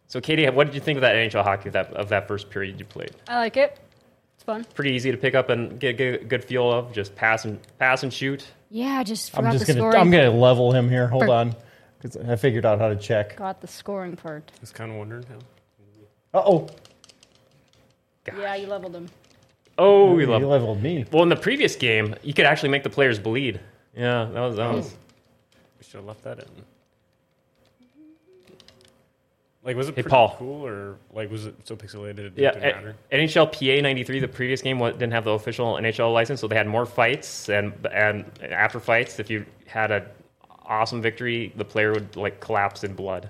Speaker 1: So, Katie, what did you think of that NHL hockey that of that first period you played?
Speaker 5: I like it. It's fun.
Speaker 1: Pretty easy to pick up and get, get a good feel of. Just pass and pass and shoot.
Speaker 5: Yeah, I just forgot
Speaker 3: I'm just
Speaker 5: the
Speaker 3: gonna
Speaker 5: scoring.
Speaker 3: I'm gonna level him here. Hold
Speaker 5: Burp.
Speaker 3: on, because I figured out how to check.
Speaker 5: Got the scoring part.
Speaker 2: was kind of wondering how.
Speaker 3: Uh oh,
Speaker 5: Yeah, you leveled him.
Speaker 1: Oh, we
Speaker 3: he
Speaker 1: love.
Speaker 3: leveled me.
Speaker 1: Well, in the previous game, you could actually make the players bleed. Yeah, that was that was.
Speaker 2: Oh. We should have left that in. Like, was it
Speaker 1: Hey,
Speaker 2: pretty
Speaker 1: Paul.
Speaker 2: cool or like was it so pixelated it
Speaker 1: Yeah,
Speaker 2: didn't matter?
Speaker 1: a- NHLPA '93, the previous game wa- didn't have the official NHL license, so they had more fights and and after fights, if you had a awesome victory, the player would like collapse in blood.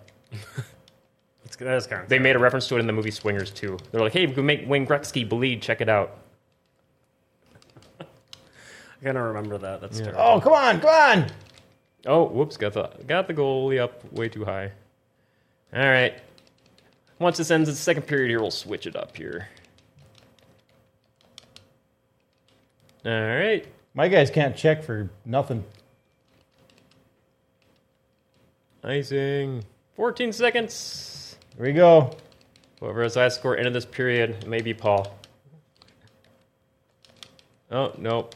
Speaker 2: It's, that is kind of.
Speaker 1: They made a reference to it in the movie Swingers too. They're like, "Hey, we can make Wayne Gretzky bleed. Check it out."
Speaker 2: I kind of remember that. That's terrible.
Speaker 3: Oh come on, come on.
Speaker 1: Oh, whoops! Got the got the goalie up way too high. All right. Once this ends the second period here, we'll switch it up here. All right.
Speaker 3: My guys can't check for nothing.
Speaker 1: Icing. 14 seconds.
Speaker 3: Here we go.
Speaker 1: Whoever has the highest score end of this period may be Paul. Oh, nope.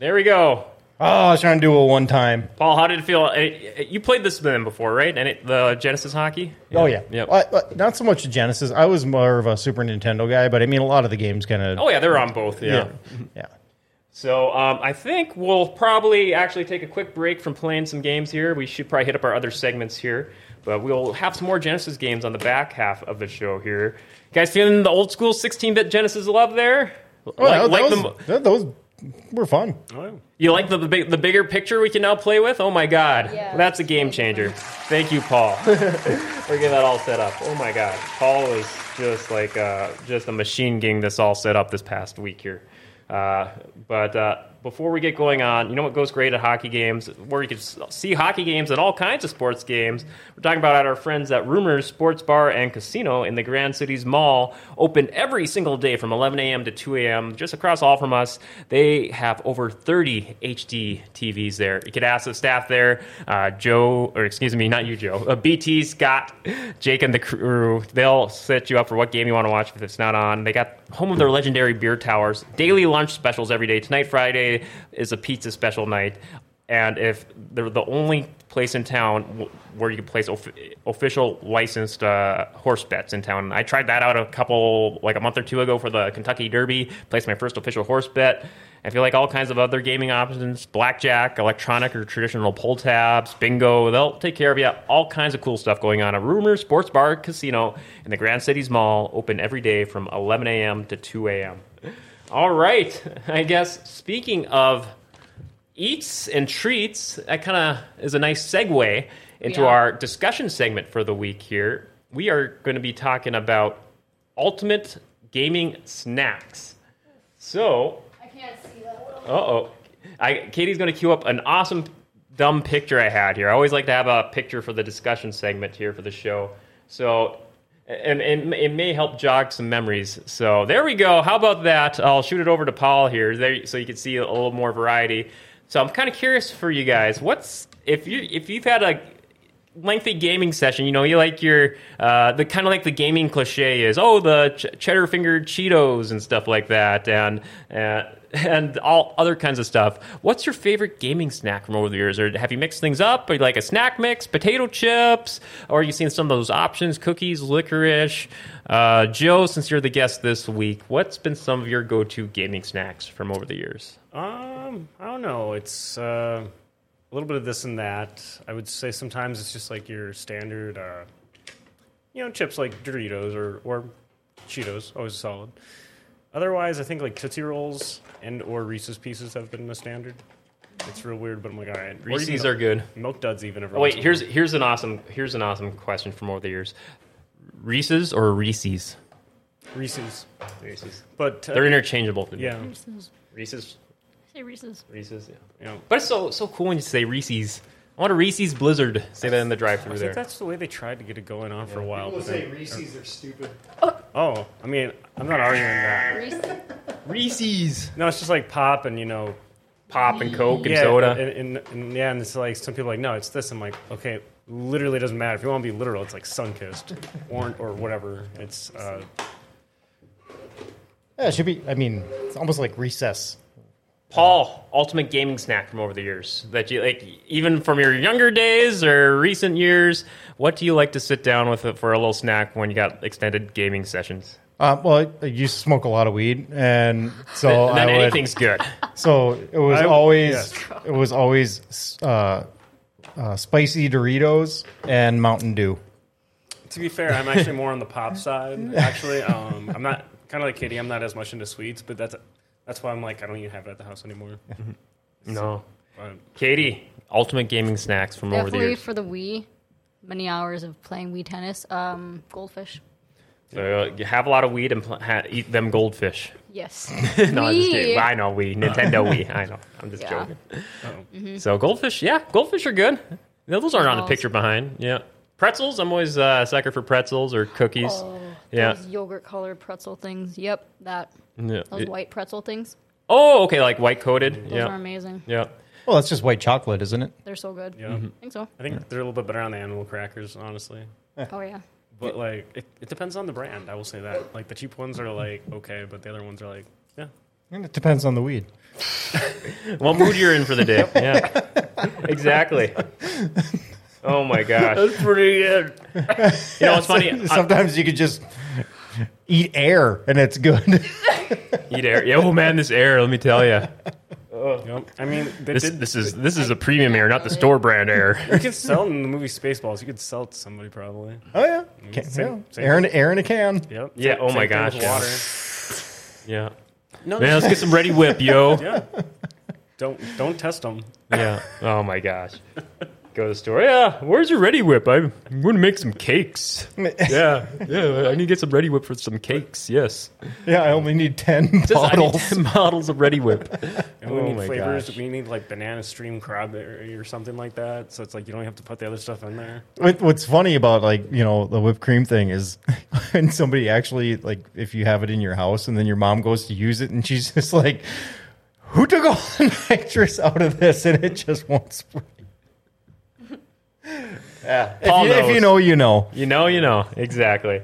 Speaker 1: There we go.
Speaker 3: Oh, I was trying to do it one time.
Speaker 1: Paul, how did it feel? Uh, You played this then before, right? And it, the Genesis hockey?
Speaker 3: Oh yeah,
Speaker 1: Yep.
Speaker 3: Well, I- I- not so much Genesis. I was more of a Super Nintendo guy, but I mean, a lot of the games kind of.
Speaker 1: Oh, yeah, they're on both. yeah.
Speaker 3: yeah.
Speaker 1: So um, I think we'll probably actually take a quick break from playing some games here. We should probably hit up our other segments here, but we'll have some more Genesis games on the back half of the show here. You guys feeling the old school 16-bit Genesis love there?
Speaker 3: Well,
Speaker 1: like, like
Speaker 3: Oh, that,
Speaker 1: the,
Speaker 3: was- that- those were fun.
Speaker 2: Oh, yeah.
Speaker 1: you like the, the, big, the bigger picture we can now play with? Oh my God,
Speaker 5: Yeah.
Speaker 1: that's a game changer. Thank you, Paul, for getting that all set up. Oh my God, Paul is just like uh, just a machine getting this all set up this past week here. Uh, but uh, before we get going on, you know what goes great at hockey games? Where you can s- see hockey games and all kinds of sports games. We're talking about at our friends at Rumors Sports Bar and Casino in the Grand Cities Mall, open every single day from 11 a.m. to 2 a.m. Just across all from us, they have over 30 HD TVs there. You could ask the staff there, uh, Joe, or excuse me, not you, Joe, uh, BT, Scott, Jake, and the crew. They'll set you up for what game you want to watch if it's not on. They got home of their legendary beer towers, daily lunch specials every day. Tonight, Friday, is a pizza special night. And if they're the only place in town w- where you can place of- official licensed uh, horse bets in town, I tried that out a couple, like a month or two ago for the Kentucky Derby, placed my first official horse bet. I feel like all kinds of other gaming options, blackjack, electronic or traditional pull tabs, bingo, they'll take care of you. All kinds of cool stuff going on at Rumor Sports Bar Casino in the Grand Cities Mall, open every day from 11 a.m. to 2 a.m. All right, I guess speaking of eats and treats, that kind of is a nice segue into
Speaker 5: Yeah.
Speaker 1: our discussion segment for the week here. We are going to be talking about ultimate gaming snacks. So,
Speaker 5: I can't see that
Speaker 1: uh oh, I Katie's going to queue up an awesome dumb picture I had here. I always like to have a picture for the discussion segment here for the show. So. And, and it may help jog some memories. So there we go. How about that? I'll shoot it over to Paul here, there, so you can see a little more variety. So I'm kind of curious for you guys. What's if you if you've had a lengthy gaming session. You know, you like your uh, the kind of like the gaming cliche is oh the ch- cheddar fingered Cheetos and stuff like that, and uh, and all other kinds of stuff. What's your favorite gaming snack from over the years, or have you mixed things up? Are you like a snack mix, potato chips, or are you seeing some of those options, cookies, licorice? Uh, Joe, since you're the guest this week, what's been some of your go to gaming snacks from over the years?
Speaker 2: Um, I don't know. It's uh, a little bit of this and that. I would say sometimes it's just like your standard, uh, you know, chips like Doritos or, or Cheetos, always solid. Otherwise, I think like Tootsie Rolls and or Reese's Pieces have been the standard. It's real weird, but I'm like, all right. Or even
Speaker 1: Reese's are good.
Speaker 2: milk duds even. Every
Speaker 1: Oh, wait,
Speaker 2: once in a
Speaker 1: here's here's an awesome here's an awesome question from over the years. Reese's or Reese's?
Speaker 2: while. Reese's,
Speaker 1: Reese's.
Speaker 2: but uh,
Speaker 1: They're interchangeable. to me.
Speaker 2: yeah,
Speaker 5: Reese's.
Speaker 1: Reese's,
Speaker 5: Say Reese's.
Speaker 1: Reese's. Yeah.
Speaker 2: you know.
Speaker 1: But it's so so cool when you say Reese's. I want a Reese's Blizzard. Say that in the
Speaker 2: I
Speaker 1: drive-through
Speaker 2: think
Speaker 1: there.
Speaker 2: that's the way they tried to get it going on for a while.
Speaker 6: People
Speaker 2: but then-
Speaker 6: say Reese's are stupid.
Speaker 2: oh, I mean, I'm not arguing that.
Speaker 1: Reese's
Speaker 2: No, it's just like pop and you know
Speaker 1: pop and Coke and
Speaker 2: yeah,
Speaker 1: soda.
Speaker 2: And, and, and- yeah, and it's like some people are like, no, it's this. I'm like, okay, literally doesn't matter. If you want to be literal, it's like sunkissed, or or whatever. It's uh,
Speaker 3: Eh, Yeah, it should be. I mean, it's almost like recess.
Speaker 1: Paul, ultimate gaming snack from over the years that you like, even from your younger days or recent years. What do you like to sit down with for a little snack when you got extended gaming sessions?
Speaker 3: Uh, well, I, I used to smoke a lot of weed, and so
Speaker 1: then
Speaker 3: I would.
Speaker 1: anything's good.
Speaker 3: So it was
Speaker 2: I-
Speaker 3: always
Speaker 2: yes.
Speaker 3: it was always uh, uh, spicy Doritos and Mountain Dew.
Speaker 2: To be fair, I'm actually more on the pop side. Actually, um, I'm not kind of like Katie. I'm not as much into sweets, but that's that's why I'm like I don't even have it at the house anymore.
Speaker 1: No,
Speaker 2: But
Speaker 1: Katie, ultimate gaming snacks from over the
Speaker 5: Definitely
Speaker 1: years.
Speaker 5: for the Wii, many hours of playing Wii tennis. Um, goldfish.
Speaker 1: So, uh, you have a lot of weed and pl- ha- eat them goldfish.
Speaker 5: Yes.
Speaker 1: No, I'm just kidding.
Speaker 5: Wii.
Speaker 1: I know we Nintendo Wii. I know. I'm just
Speaker 5: Yeah. Mm-hmm.
Speaker 1: joking.
Speaker 2: oh,
Speaker 1: So goldfish, yeah, goldfish are good. No, Those aren't on the
Speaker 5: Balls.
Speaker 1: picture behind. Yeah, pretzels. I'm always uh, a sucker for pretzels or cookies.
Speaker 5: Oh,
Speaker 1: yeah.
Speaker 5: Those yogurt colored pretzel things. Yep, that.
Speaker 1: Yeah.
Speaker 5: Those white pretzel things.
Speaker 1: Oh, okay, like white coated.
Speaker 5: Those are
Speaker 1: Yeah,
Speaker 5: amazing.
Speaker 1: yeah.
Speaker 3: Well, that's just white chocolate, isn't it?
Speaker 5: They're so good.
Speaker 2: yeah.
Speaker 5: I think so.
Speaker 2: I think they're a little bit better on the animal crackers, honestly.
Speaker 5: Oh yeah.
Speaker 2: But like, it, it depends on the brand. I will say that. Like the cheap ones are like okay, but the other ones are like yeah.
Speaker 3: And it depends on the weed.
Speaker 1: What mood you're in for the day? Yeah, exactly. Oh my gosh!
Speaker 2: That's pretty good.
Speaker 1: You know what's funny? I-
Speaker 3: Sometimes you could just eat air and it's good.
Speaker 1: eat air. Yeah, oh man, this air. Let me tell you,
Speaker 2: I mean, they
Speaker 1: this
Speaker 2: did.
Speaker 1: this is this is a premium air, not the store brand air.
Speaker 2: You could sell it in the movie Spaceballs. You could sell it to somebody probably.
Speaker 3: oh yeah, Can,
Speaker 2: Same-
Speaker 3: yeah.
Speaker 2: same
Speaker 3: air in air in a can.
Speaker 2: Yep.
Speaker 1: Yeah, oh my
Speaker 2: thing with
Speaker 1: gosh, yeah.
Speaker 2: Water.
Speaker 1: Yeah. Man, let's get some ready whip, yo.
Speaker 2: Yeah. Don't don't test them.
Speaker 1: Yeah. Oh my gosh. Go to the store. Yeah. Where's your ready whip? I'm, I'm going to make some cakes. Yeah. Yeah. I need to get some ready whip for some cakes. Yes.
Speaker 3: Yeah, I only need ten
Speaker 1: Just, I need
Speaker 3: bottles.
Speaker 1: 10 bottles of ready whip.
Speaker 2: And
Speaker 1: Oh
Speaker 2: we
Speaker 1: my
Speaker 2: need flavors.
Speaker 1: gosh.
Speaker 2: We need like banana stream crabberry or something like that. So it's like you don't have to put the other stuff in there.
Speaker 3: What- What's funny about like you know the whipped cream thing is when somebody actually like if you have it in your house and then your mom goes to use it and she's just like, "Who took all the nitrous out of this?" and it just won't spray. Yeah, if
Speaker 1: Paul
Speaker 3: you, if you
Speaker 1: knows.
Speaker 3: know, you know.
Speaker 1: You know, you know. Exactly.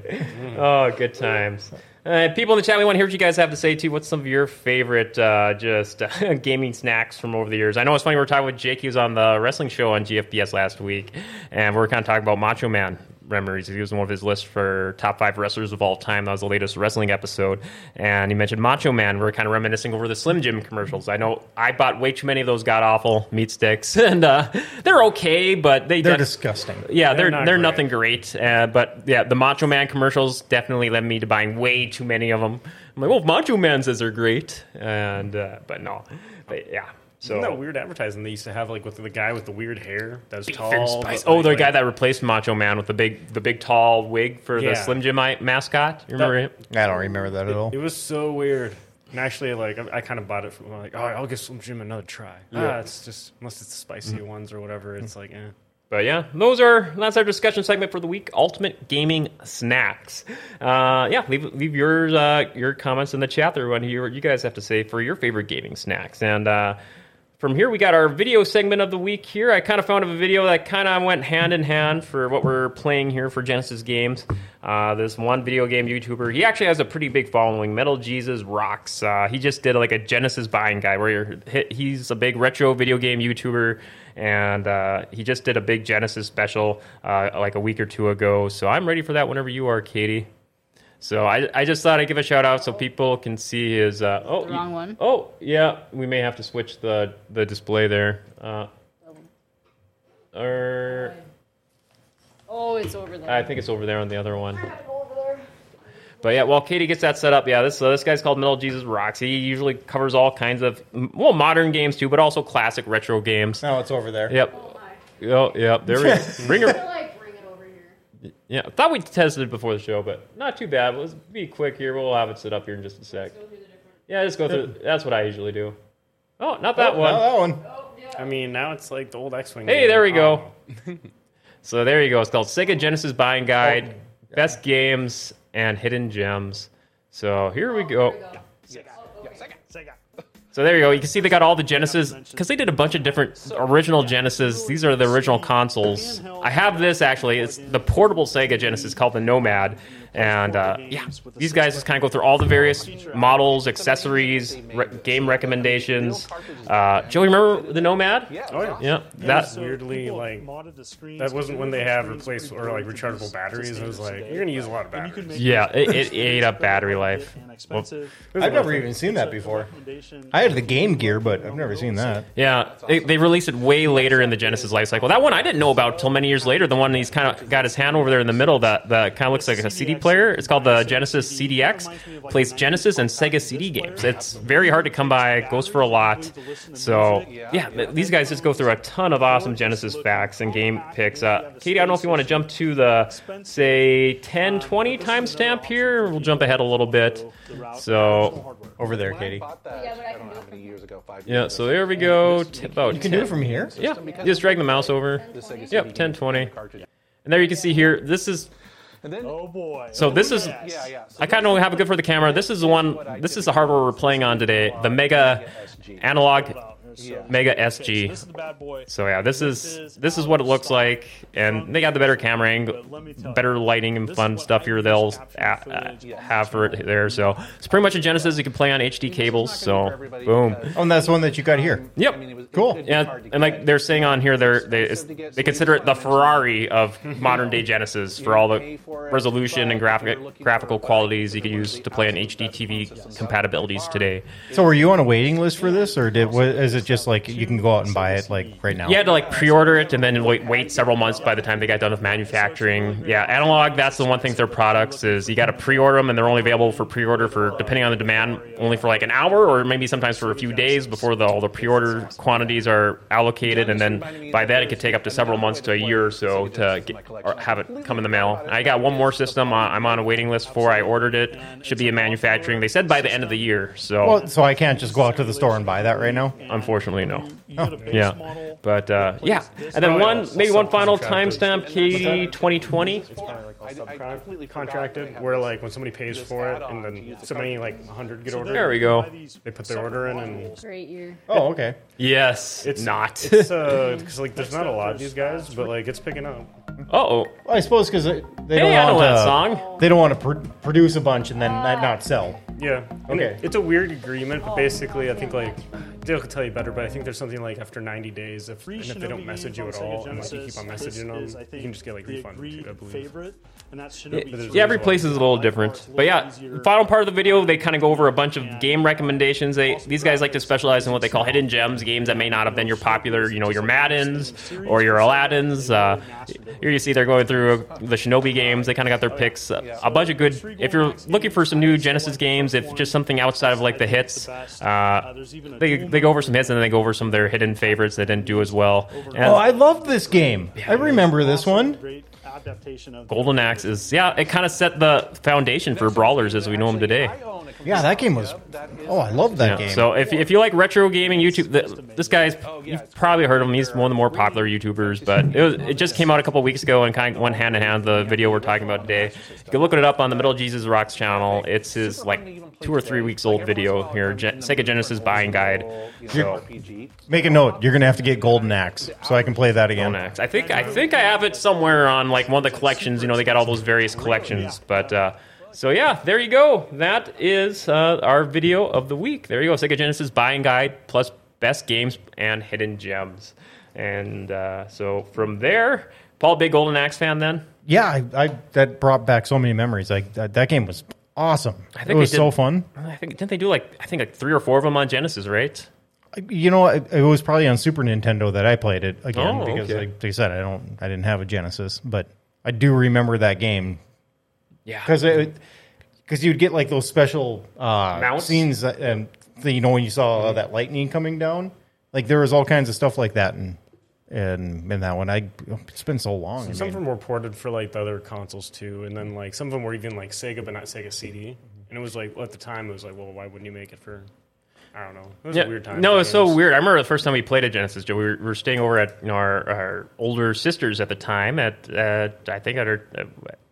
Speaker 1: Oh, good times. Uh, people in the chat, we want to hear what you guys have to say too. What's some of your favorite uh, just uh, gaming snacks from over the years? I know it's funny. We were talking with Jake. He was on the wrestling show on GFBS last week, and we were kind of talking about Macho Man memories. He was in one of his lists for top five wrestlers of all time. That was the latest wrestling episode, and he mentioned Macho Man. We are kind of reminiscing over the Slim Jim commercials. I know I bought way too many of those god awful meat sticks, and uh, they're okay, but they
Speaker 3: They're
Speaker 1: def-
Speaker 3: disgusting.
Speaker 1: yeah, they're
Speaker 2: They're
Speaker 1: they're,
Speaker 2: not great.
Speaker 1: nothing great. Uh, but yeah, the Macho Man commercials definitely led me to buying way too many of them. I'm like, well, Macho Man says they're great, and uh, but no, but yeah. So
Speaker 2: Isn't that weird advertising they used to have like with the guy with the weird hair that was
Speaker 1: Beef
Speaker 2: tall?
Speaker 1: and
Speaker 2: but,
Speaker 1: spice.
Speaker 2: like-
Speaker 1: Oh, the
Speaker 2: like-
Speaker 1: guy that replaced Macho Man with the big the big tall wig for
Speaker 2: Yeah.
Speaker 1: the Slim Jim i- mascot. You remember him?
Speaker 3: I don't remember that at all.
Speaker 2: It was so weird. And actually, like I, I kind of bought it from like, oh, I'll give Slim Jim another try. Ah, it's just unless it's spicy
Speaker 1: Mm-hmm.
Speaker 2: ones or whatever, it's like, eh.
Speaker 1: But yeah, those are that's our discussion segment for the week. Ultimate gaming snacks. Uh, yeah, leave leave your uh, your comments in the chat there. What you what you guys have to say for your favorite gaming snacks. And uh, from here, we got our video segment of the week. Here, I kind of found a video that kind of went hand in hand for what we're playing here for Genesis games. Uh, this one video game YouTuber, he actually has a pretty big following. Metal Jesus rocks. Uh, he just did like a Genesis buying guy where you're, he- he's a big retro video game YouTuber and uh, he just did a big Genesis special uh, like a week or two ago. So I'm ready for that whenever you are, Katie. So I, I just thought I'd give a shout out so people can see his. Uh, oh,
Speaker 5: The wrong one?
Speaker 1: Oh, yeah. We may have to switch the, the display there. Uh, or
Speaker 5: Oh, it's over there.
Speaker 1: I think it's over there on the other one. But yeah, while Katie gets that set up, yeah, this uh, this guy's called Metal Jesus Rocks. He usually covers all kinds of m- well modern games too, but also classic retro games.
Speaker 3: No, it's over there.
Speaker 1: Yep. Oh, yep. There we go. Bring her.
Speaker 5: like bring it over here.
Speaker 1: Yeah, I thought we tested it before the show, but not too bad. Let's be quick here. We'll have it set up here in just a sec. Yeah, just go through. That's what I usually do. Oh, not that
Speaker 3: Oh,
Speaker 1: one.
Speaker 3: that one.
Speaker 2: I mean, now it's like the old Oh. X Wing.
Speaker 1: Hey, there we go. so there you go. It's called Sega Genesis Buying
Speaker 3: Oh,
Speaker 1: Guide, Best Games and Hidden Gems. So Oh, here we go. So there you go. You can see they got all the Genesis because they did a bunch of different original Genesis. These are the original consoles. I have this actually. It's the portable Sega Genesis called the Nomad. And uh, yeah, these guys just kind of go through all the various models, accessories, re- game recommendations. Uh, Joey, remember the Nomad?
Speaker 6: Yeah.
Speaker 2: Oh, yeah.
Speaker 1: Yeah, that
Speaker 2: weirdly,
Speaker 7: People
Speaker 2: like,
Speaker 7: modded the screens
Speaker 2: That
Speaker 7: to
Speaker 2: wasn't
Speaker 7: do
Speaker 2: when
Speaker 7: the
Speaker 2: they had
Speaker 7: screens
Speaker 2: replaced
Speaker 7: were
Speaker 2: or like
Speaker 7: designed to
Speaker 2: rechargeable
Speaker 7: use
Speaker 2: batteries. It was
Speaker 7: standards
Speaker 2: like
Speaker 7: today.
Speaker 2: you're gonna use a lot of
Speaker 7: And you could
Speaker 2: batteries.
Speaker 7: make
Speaker 1: Yeah,
Speaker 7: those
Speaker 1: it- it
Speaker 7: screens
Speaker 1: ate up
Speaker 7: very
Speaker 1: battery
Speaker 7: lightweight
Speaker 1: life.
Speaker 7: and
Speaker 1: Well,
Speaker 7: expensive.
Speaker 3: I've never even seen that before. I had the game gear, but I've never seen that.
Speaker 1: Yeah, they, they released it way later in the Genesis life cycle. That one I didn't know about till many years later. The one he's kind of got his hand over there in the middle that, that kind of looks like a CD player. It's called the Genesis CDX. Plays Genesis and Sega CD games. It's very hard to come by. Goes for a lot. So yeah, th- these guys just go through a ton of awesome Genesis facts and game picks. Uh, Katie, I don't know if you want to jump to the say 10, 20 timestamp here. or We'll jump ahead a little bit. So
Speaker 3: Over there, Katie.
Speaker 5: Yeah, but I
Speaker 6: don't
Speaker 5: can
Speaker 6: know
Speaker 5: do
Speaker 6: how
Speaker 5: it
Speaker 6: many years ago, five years
Speaker 1: yeah,
Speaker 6: ago.
Speaker 1: so there we go. T- about
Speaker 3: You can do
Speaker 1: 10.
Speaker 3: it from here.
Speaker 1: Yeah, you just drag the mouse over.
Speaker 6: The Sega CD
Speaker 1: Yep,
Speaker 6: game
Speaker 1: 1020.
Speaker 6: cartridge.
Speaker 1: And there you can see here, this is,
Speaker 6: And then,
Speaker 7: Oh boy.
Speaker 1: so this is,
Speaker 6: yeah, yeah. So
Speaker 1: I kind of have it good for the camera. This is the one, this is the hardware we're playing on today, the Mega Analog
Speaker 6: Yeah.
Speaker 1: Mega
Speaker 7: Okay, so this
Speaker 1: SG.
Speaker 7: is the bad boy.
Speaker 1: So yeah, this is, this is what it looks like, and they got the better camera angle, better lighting and fun stuff here they'll uh, uh, have for it there. So it's pretty much a Genesis you can play on HD cables, so boom.
Speaker 3: Oh, and that's the one that you got here.
Speaker 1: Yep.
Speaker 3: Cool.
Speaker 1: Yeah, and like they're saying on here, they're, they it's, they consider it the Ferrari of modern day Genesis for all the resolution and graphic graphical qualities you can use to play on HD TV compatibilities today.
Speaker 3: So, were you on a waiting list for this, or did wa- is it just like you can go out and buy it like right now?
Speaker 1: You had to like pre-order it and then wait, wait several months by the time they got done with manufacturing. Yeah, analog. That's the one thing with their products is you got to pre-order them and they're only available for pre-order for depending on the demand, only for like an hour or maybe sometimes for a few days before the, all the pre-order quantities are allocated. And then by that it could take up to several months to a year or so to get, or have it come in the mail. I got one more system I- I'm on a waiting list for. I ordered it. Should be in manufacturing. They said by the end of the year. So
Speaker 3: Well, so I can't just go out to the store and buy that right now. Oh.
Speaker 1: unfortunately, no.
Speaker 7: You get a base
Speaker 1: Yeah,
Speaker 7: model.
Speaker 1: but uh, yeah,
Speaker 7: this
Speaker 1: and then
Speaker 7: guy
Speaker 1: one,
Speaker 7: else.
Speaker 1: maybe one final
Speaker 2: Subcontracted.
Speaker 1: timestamp, Katie, 2020.
Speaker 2: contracted where like when somebody pays for it and then so many like 100 get ordered
Speaker 1: There we go.
Speaker 2: they put their order in and
Speaker 5: Great year.
Speaker 3: Oh, okay.
Speaker 1: Yes, it's not.
Speaker 2: it's uh 'cause, like there's not a lot of these guys but like it's picking up
Speaker 1: oh,
Speaker 3: Well, I suppose because they don't
Speaker 1: hey, I know
Speaker 3: want
Speaker 1: that
Speaker 3: to-
Speaker 1: song.
Speaker 3: They don't want to pr- produce a bunch and then not, not sell.
Speaker 2: yeah And
Speaker 3: Okay.
Speaker 2: it's a weird agreement but basically i think like Dale could tell you better, but I think there's something like after 90 days, if, and if they don't message you at all, and like you keep on messaging them, you can just get like refunded. too, I believe.
Speaker 7: Favorite, and that's Shinobi
Speaker 2: there's-
Speaker 1: Yeah, every place is a little different, but yeah, final part of the video, they kind of go over a bunch of game recommendations. They these guys like to specialize in what they call hidden gems, games that may not have been your popular, you know, your Maddens or your Aladdins. Uh, here you see they're going through the Shinobi games. They kind of got their picks. uh, A a bunch of good. If you're looking for some new Genesis games, if just something outside of like the hits, uh, they they go over some hits and then they go over some of their hidden favorites that didn't do as well. And-
Speaker 3: Oh, I love this game. I remember this one.
Speaker 7: Great adaptation of
Speaker 1: Golden Axe is yeah, it kind of set the foundation for brawlers as we know them today.
Speaker 3: Yeah, that game was. Oh, I love that
Speaker 1: Yeah,
Speaker 3: game.
Speaker 1: So if, if you like retro gaming, YouTube, th this guy's you've probably heard of him. He's one of the more popular YouTubers, but it, was, it just came out a couple weeks ago and kind of went hand in hand with the video we're talking about today. You can look it up on the Middle Jesus Rocks channel. It's his like two or three weeks old video here, Gen- Sega Genesis buying guide. So
Speaker 3: Make a note. You're gonna have to get Golden Axe so I can play that again.
Speaker 1: Bonax. I think I think I have it somewhere on like one of the collections. You know, they got all those various collections. But uh, so yeah, there you go. That is uh, our video of the week. There you go. Sega Genesis buying guide plus best games and hidden gems. And uh, so from there, Paul, big Golden Axe fan. Then
Speaker 3: Yeah, I, I that brought back so many memories. Like that, that game was awesome.
Speaker 1: think
Speaker 3: It was
Speaker 1: they did-
Speaker 3: so fun.
Speaker 1: I think didn't they do like I think like three or four of them on Genesis, right?
Speaker 3: You know, it, it was probably on Super Nintendo that I played it again
Speaker 1: Oh,
Speaker 3: because,
Speaker 1: okay.
Speaker 3: like, like I said, I don't, I didn't have a Genesis, but I do remember that game
Speaker 1: Yeah.
Speaker 3: because it, because you'd get like those special uh,
Speaker 1: Mounts? Mm-hmm.
Speaker 3: scenes that, and the, you know when you saw uh, that lightning coming down, like there was all kinds of stuff like that and and in that one. I it's been so long. I mean.
Speaker 2: Some of them were ported for like the other consoles too, and then like some of them were even like Sega, but not Sega CD. And it was like well, at the time it was like, well, why wouldn't you make it for? I don't know. It was
Speaker 1: Yeah.
Speaker 2: a weird time.
Speaker 1: No,
Speaker 2: for
Speaker 1: it's so
Speaker 2: games.
Speaker 1: weird. I remember the first time we played a Genesis. Joe, we were, we were staying over at you know, our, our older sisters at the time. At uh, I think at our. Uh,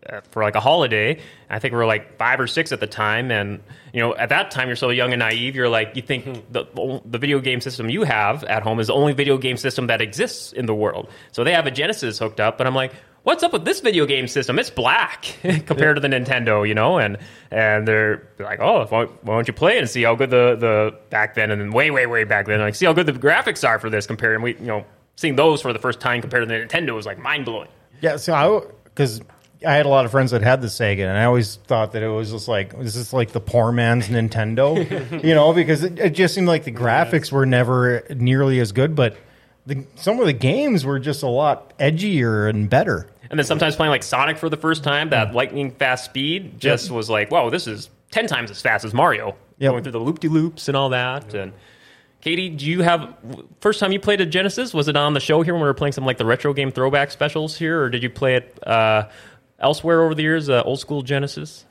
Speaker 1: uh, for like a holiday, I think we were like five or six at the time, and you know, at that time you're so young and naive. You're like, you
Speaker 2: Hmm.
Speaker 1: think the the video game system you have at home is the only video game system that exists in the world. So they have a Genesis hooked up, and I'm like, what's up with this video game system? It's black compared to the Nintendo, you know, and and they're like, oh, why, why don't you play it and see how good the the back then and then way way way back then, like see how good the graphics are for this compared, and we you know seeing those for the first time compared to the Nintendo was like mind blowing.
Speaker 3: Yeah, so I because I had a lot of friends that had the Sega, and I always thought that it was just like this is like the poor man's Nintendo, you know, because it, it just seemed like the graphics were never nearly as good, but the, some of the games were just a lot edgier and better.
Speaker 1: And then sometimes playing like Sonic for the first time, that lightning fast speed just was like, whoa, this is 10 times as fast as Mario.
Speaker 3: Yep.
Speaker 1: Going through the loop de loops and all that. And Katie, do you have, first time you played a Genesis, was it on the show here when we were playing some like the retro game throwback specials here, or did you play it uh, elsewhere over the years, uh, old school Genesis?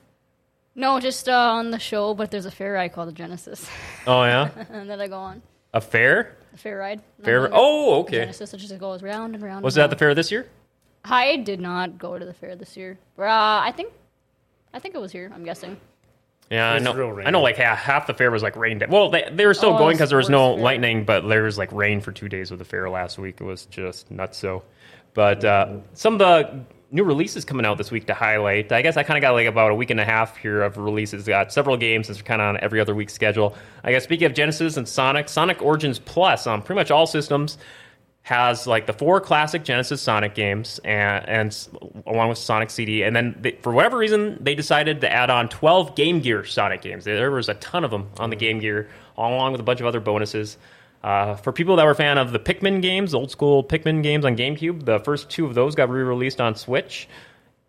Speaker 5: No, just uh, on the show, but there's a fair ride called the Genesis
Speaker 1: Oh, yeah?
Speaker 5: and that I go on.
Speaker 1: a fair?
Speaker 5: The fair ride. And
Speaker 1: Fair?
Speaker 5: I'm on
Speaker 1: Oh,
Speaker 5: the
Speaker 1: okay.
Speaker 5: Genesis, it just goes round and round.
Speaker 1: Was
Speaker 5: and
Speaker 1: that the
Speaker 5: round.
Speaker 1: fair this year?
Speaker 5: I did not go to the fair this year. Uh, I think, I think it was here. I'm guessing.
Speaker 1: Yeah, I
Speaker 2: was real
Speaker 1: know.
Speaker 2: rain.
Speaker 1: I know, like half, half the fair was like rained. Well, they, they were still
Speaker 5: Oh,
Speaker 1: going 'cause going
Speaker 5: it's
Speaker 1: because there was
Speaker 5: worse
Speaker 1: no
Speaker 5: fair.
Speaker 1: lightning, but there was like rain for two days of the fair last week. It was just nuts. So, but uh, some of the new releases coming out this week to highlight. I guess I kind of got like about a week and a half here of releases. Got several games that's kind of on every other week schedule. I guess speaking of Genesis and Sonic, Sonic Origins Plus on pretty much all systems has like the four classic Genesis Sonic games, and, and s- along with Sonic CD, and then they, for whatever reason they decided to add on twelve Game Gear Sonic games. There was a ton of them on the Game Gear, along with a bunch of other bonuses. Uh, for people that were a fan of the Pikmin games, old school Pikmin games on GameCube, the first two of those got re-released on Switch.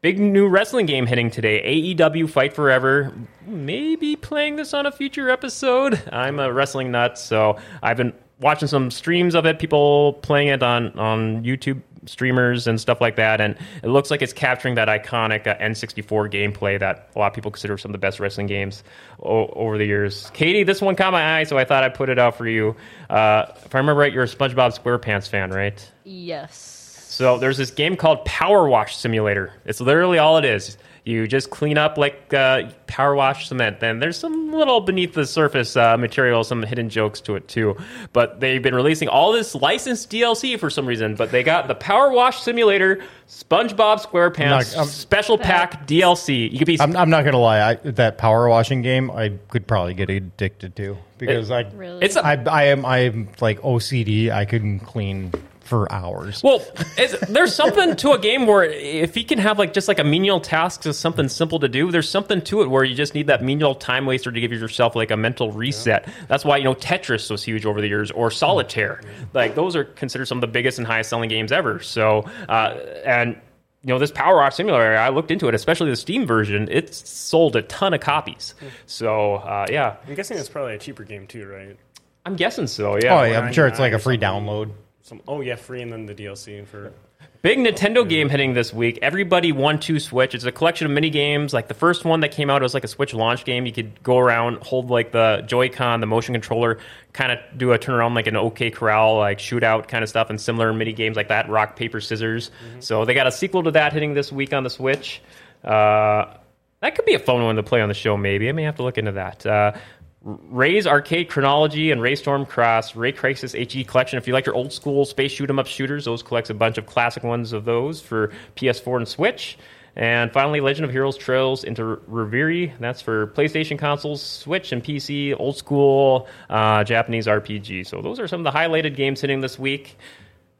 Speaker 1: Big new wrestling game hitting today. AEW Fight Forever. Maybe playing this on a future episode. I'm a wrestling nut, so I've been watching some streams of it. People playing it on on YouTube streamers and stuff like that, and it looks like it's capturing that iconic uh, N64 gameplay that a lot of people consider some of the best wrestling games o- over the years. Katie, this one caught my eye, so I thought I'd put it out for you. Uh, if I remember right, you're a SpongeBob SquarePants fan, right?
Speaker 5: Yes.
Speaker 1: So there's this game called Power Wash Simulator. It's literally all it is. You just clean up like uh, power wash cement. Then there's some little beneath the surface uh, material, some hidden jokes to it too. But they've been releasing all this licensed DLC for some reason. But they got the Power Wash Simulator SpongeBob SquarePants
Speaker 3: Knock- um,
Speaker 1: Special Pack DLC. You could be
Speaker 3: I'm, I'm not gonna lie, I, that power washing game I could probably get addicted to because I
Speaker 5: Really.
Speaker 1: it's a
Speaker 3: I I am I am like OCD. I couldn't clean for hours.
Speaker 1: Well, is, there's something to a game where if he can have like just like a menial task is something simple to do, there's something to it where you just need that menial time waster to give yourself like a mental reset. That's why you know Tetris was huge over the years, or Solitaire.
Speaker 3: Mm-hmm.
Speaker 1: Like those are considered some of the biggest and highest selling games ever. So uh, and. You know this Power Wash Simulator. I looked into it, especially the Steam version. It sold a ton of copies.
Speaker 3: Mm-hmm.
Speaker 1: So uh, yeah,
Speaker 2: I'm guessing it's probably a cheaper game too, right?
Speaker 1: I'm guessing so. Yeah.
Speaker 3: oh, yeah, I'm sure it's like a free
Speaker 2: 99
Speaker 3: download.
Speaker 2: Some oh yeah, free and then the DLC for
Speaker 1: Big Nintendo game hitting this week. Everybody One Two Switch. It's a collection of mini games. Like the first one that came out was like a Switch launch game. You could go around, hold like the Joy-Con, the motion controller, kind of do a turnaround like an OK Corral, like shootout kind of stuff, and similar mini games like that. Rock paper scissors. So they got a sequel to that hitting this week on the Switch. Uh, that could be a fun one to play on the show. Maybe I may have to look into that. Uh, Ray's Arcade Chronology and Ray Storm Cross, Ray Crisis HE Collection. If you like your old school space shoot 'em up shooters, those collects a bunch of classic ones of those for PS4 and Switch. And finally, Legend of Heroes Trails into Reverie. That's for PlayStation consoles, Switch, and PC. Old school uh, Japanese RPG. So those are some of the highlighted games hitting this week.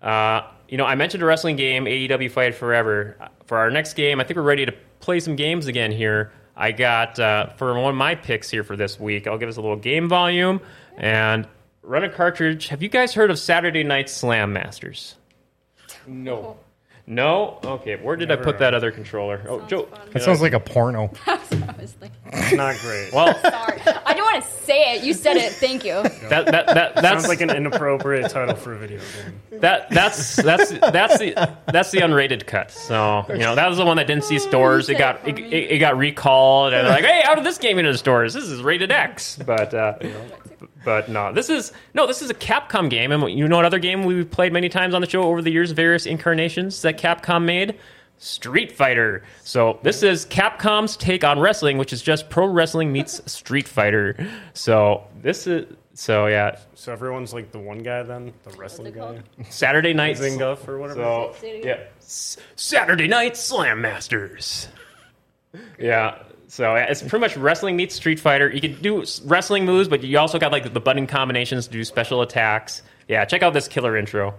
Speaker 1: Uh, you know, I mentioned a wrestling game, AEW Fight Forever. Uh, For our next game, I think we're ready to play some games again here. I got uh, for one of my picks here for this week. I'll give us a little game volume and run a cartridge. Have you guys heard of Saturday Night Slam Masters?
Speaker 2: no.
Speaker 1: No. Okay. Where did I put that other controller? Oh, Joe.
Speaker 3: That sounds like a porno.
Speaker 5: That's what I was thinking.
Speaker 2: It's not great. well,
Speaker 1: Well,
Speaker 5: Sorry. I didn't want to say it. You said it. Thank you.
Speaker 1: that, that, that that's
Speaker 2: sounds like an inappropriate title for a video game.
Speaker 1: that that's that's that's the that's the unrated cut. So you know that was the one that didn't see stores. It got it, it, it got recalled, and they're like, hey, how did this game into the stores? This is rated X. But uh, but no, this is no, this is a Capcom game, and you know another game we've played many times on the show over the years, various incarnations that Capcom made. Street Fighter. So this is Capcom's take on wrestling, which is just pro wrestling meets Street Fighter. So this is So yeah,
Speaker 2: So everyone's like the one guy then, the wrestling
Speaker 5: it
Speaker 2: guy,
Speaker 5: called?
Speaker 1: Saturday night.
Speaker 2: Zinguff or whatever.
Speaker 1: So
Speaker 5: Say it
Speaker 1: yeah, S- Saturday night Slam Masters. yeah. So yeah, it's pretty much wrestling meets Street Fighter. You can do s- wrestling moves, but you also got like the button combinations to do special attacks. Yeah, check out this killer intro.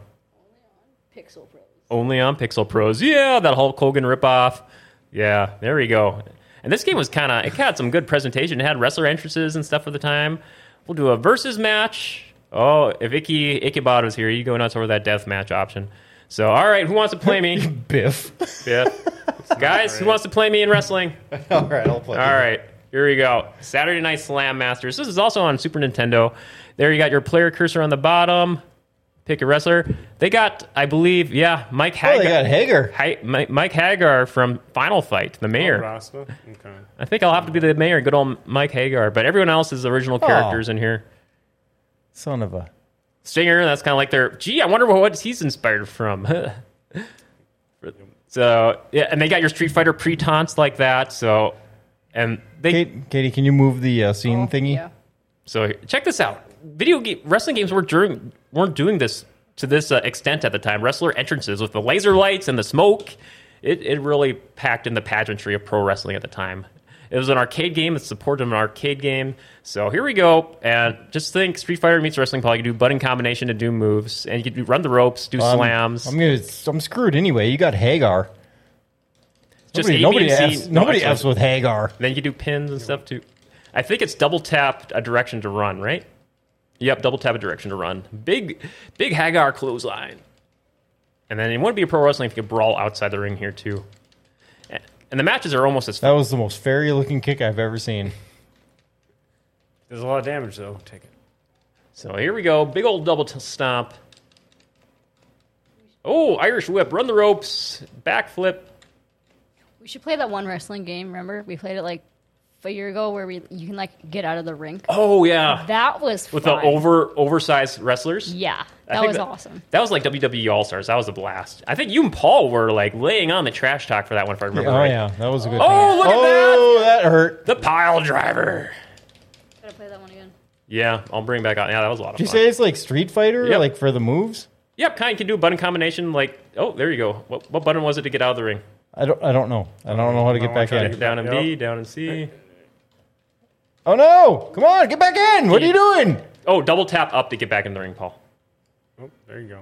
Speaker 5: Pixel Pros.
Speaker 1: Only on Pixel Pros. Yeah, that Hulk Hogan ripoff. Yeah, there we go. And this game was kind of it had some good presentation. It had wrestler entrances and stuff for the time. We'll do a versus match. Oh, if Icky Ichabod was here, you go nuts over that death match option. So, all right, who wants to play me?
Speaker 3: Biff.
Speaker 1: Yeah. Guys, who wants to play me in wrestling?
Speaker 3: All right, I'll play.
Speaker 1: All right. Here we go. Saturday Night Slam Masters. This is also on Super Nintendo. There you got your player cursor on the bottom. Pick a wrestler. They got, I believe, yeah, Mike
Speaker 3: Oh,
Speaker 1: Hagar.
Speaker 3: they got Hager.
Speaker 1: Hi- Mike, Mike Hagar from Final Fight, the mayor.
Speaker 2: Rasma. Okay.
Speaker 1: I think I'll have to be the mayor, good old Mike Hagar. But everyone else is
Speaker 3: Oh.
Speaker 1: original characters in here.
Speaker 3: Son of a.
Speaker 1: Stinger. That's kind of like their. Gee, I wonder what he's inspired from. so yeah, and they got your Street Fighter pre taunts like that. So and they
Speaker 3: Kate, Katie, can you move the uh, scene thingy?
Speaker 5: Oh, Yeah.
Speaker 1: so check this out. Video game wrestling games were during weren't doing this to this uh, extent at the time. Wrestler entrances with the laser lights and the smoke. It it really packed in the pageantry of pro wrestling at the time. It was an arcade game. It supported an arcade game. So here we go. And just think Street Fighter meets Wrestling Paul. You can do button combination to do moves. And you can do, run the ropes, do
Speaker 3: I'm-
Speaker 1: slams.
Speaker 3: Um, I'm gonna. I'm screwed anyway. You got Hagar.
Speaker 1: just
Speaker 3: nobody
Speaker 1: A,
Speaker 3: nobody,
Speaker 1: B, and C.
Speaker 3: Fs,
Speaker 1: No,
Speaker 3: nobody
Speaker 1: actually,
Speaker 3: Fs with Hagar.
Speaker 1: Then you do pins and stuff too. I think it's double tap a direction to run, right? Yep, double tap a direction to run. Big, big Hagar clothesline. And then it wouldn't be a pro wrestling if you could brawl outside the ring here too. And- And the matches are almost as
Speaker 3: That was the most fairy looking kick I've ever seen.
Speaker 2: There's a lot of damage though. Take it.
Speaker 1: So here we go. Big old double t- stomp. Oh, Irish whip. Run the ropes. Backflip.
Speaker 5: We should play that one wrestling game. Remember, we played it like a year ago, where we you can like get out of the rink.
Speaker 1: Oh, yeah.
Speaker 5: That was
Speaker 1: With
Speaker 5: fun.
Speaker 1: the over oversized wrestlers.
Speaker 5: Yeah,
Speaker 1: I
Speaker 5: that
Speaker 1: think
Speaker 5: was awesome.
Speaker 1: That was like WWE All Stars. That was a blast. I think you and Paul were like laying on the trash talk for that one, if I remember
Speaker 3: Oh
Speaker 1: right.
Speaker 3: yeah, that was a good.
Speaker 1: Oh,
Speaker 3: time.
Speaker 1: look at
Speaker 3: Oh, that hurt.
Speaker 1: The pile driver.
Speaker 5: Gotta play that one again.
Speaker 1: Yeah, I'll bring back on. Yeah, that was a lot of
Speaker 3: Did you
Speaker 1: fun.
Speaker 3: say it's like Street Fighter,
Speaker 1: Yep.
Speaker 3: like for the moves?
Speaker 1: yep, kind of can do a button combination. Like, oh, there you go. What, what button was it to get out of the ring?
Speaker 3: I don't. I don't know. I don't know how to get
Speaker 2: I
Speaker 3: back
Speaker 2: wanna
Speaker 3: in.
Speaker 2: try
Speaker 1: Down and B,
Speaker 2: Yep.
Speaker 1: down and C.
Speaker 3: Oh no! Come on, get back in. What are you doing?
Speaker 1: Oh, double tap up to get back in the ring, Paul.
Speaker 2: Oh, there you go.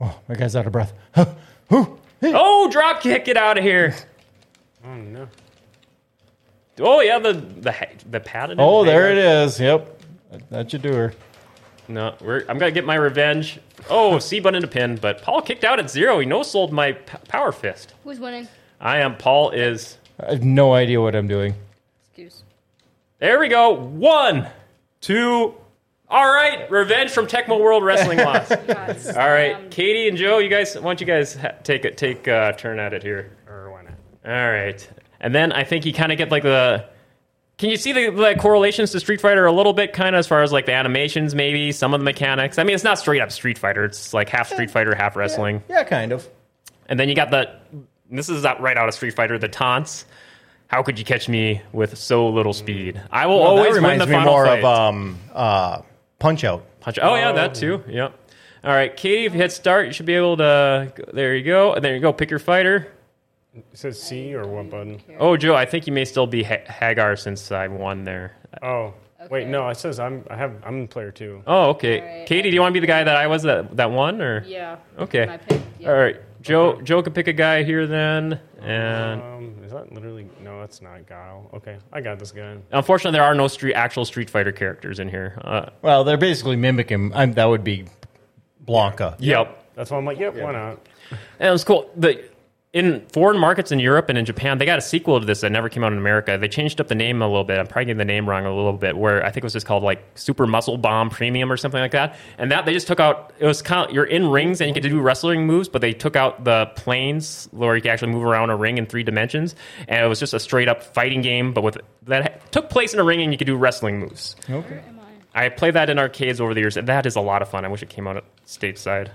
Speaker 3: Oh, my guy's out of breath. Who?
Speaker 1: Oh, drop kick, get out of here.
Speaker 2: Oh no.
Speaker 1: Oh yeah, the the ha- the padded.
Speaker 3: Oh, there it is. Yep, That- that should do her.
Speaker 1: No, we're, I'm gonna get my revenge. Oh, C button to pin, but Paul kicked out at zero. He no sold my p- power fist.
Speaker 5: Who's winning?
Speaker 1: I am Paul is.
Speaker 3: I have no idea what I'm doing.
Speaker 5: Excuse.
Speaker 1: There we go. One, two. All right, revenge from Tecmo World Wrestling loss. All right, Katie and Joe, you guys, why don't you guys ha- take a take a turn at it here?
Speaker 2: Or why not?
Speaker 1: All right, and then I think you kind of get like the. Can you see the, the correlations to Street Fighter a little bit, kind of as far as like the animations, maybe some of the mechanics? I mean, it's not straight up Street Fighter; it's like half Street Fighter, half wrestling.
Speaker 3: Yeah, kind of.
Speaker 1: And then you got the this is out right out of Street Fighter the taunts. How could you catch me with so little speed? I will
Speaker 3: Well, Oh, that
Speaker 1: always win
Speaker 3: reminds
Speaker 1: the
Speaker 3: me
Speaker 1: final
Speaker 3: more
Speaker 1: fight.
Speaker 3: of um, uh, Punch Out.
Speaker 1: Punch- Oh, yeah, that too. Yep. All right, Katie, if you hit start, you should be able to. go- There you go. And there you go. Pick your fighter.
Speaker 2: It says C or what button?
Speaker 1: Oh, Joe, I think you may still be ha- Hagar since I won there.
Speaker 2: Oh. Wait, no. It says I'm. I have. I'm in player two.
Speaker 1: Oh, okay.
Speaker 5: All right.
Speaker 1: Katie, do you want to be the guy that I was that that won or?
Speaker 5: Yeah.
Speaker 1: Okay.
Speaker 5: My pick, yeah.
Speaker 1: All right. Joe, Joe can pick a guy here then, and
Speaker 2: Um, is that literally? No, that's not Guile. Okay, I got this guy.
Speaker 1: unfortunately, there are no street actual Street Fighter characters in here. Uh,
Speaker 3: Well, they're basically mimicking. I'm, that would be Blanca.
Speaker 1: Yep.
Speaker 2: That's why I'm like, yep, why not?
Speaker 1: And it was cool. The in foreign markets in Europe and in Japan, they got a sequel to this that never came out in America. They changed up the name a little bit. I'm probably getting the name wrong a little bit. Where I think it was just called like Super Muscle Bomb Premium or something like that. And that they just took out. It was kind of you're in rings and you get to do wrestling moves, but they took out the planes where you can actually move around a ring in three dimensions. And it was just a straight up fighting game, but with that took place in a ring and you could do wrestling moves.
Speaker 3: Okay.
Speaker 5: Am I?
Speaker 1: I played that in arcades over the years, and that is a lot of fun. I wish it came out stateside.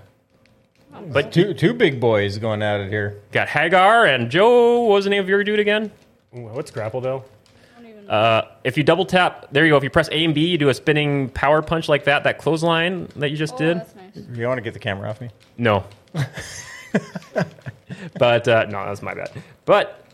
Speaker 3: But two two big boys going at it here.
Speaker 1: Got Hagar and Joe. What was the name of your dude again?
Speaker 2: Ooh, What's grapple though?
Speaker 5: I don't even know.
Speaker 1: Uh, if you double tap, there you go. If you press A and B, you do a spinning power punch like that. That clothesline that you just
Speaker 5: Oh,
Speaker 1: did.
Speaker 5: that's nice.
Speaker 3: You want to get the camera off me?
Speaker 1: No. but uh, no, that was my bad. But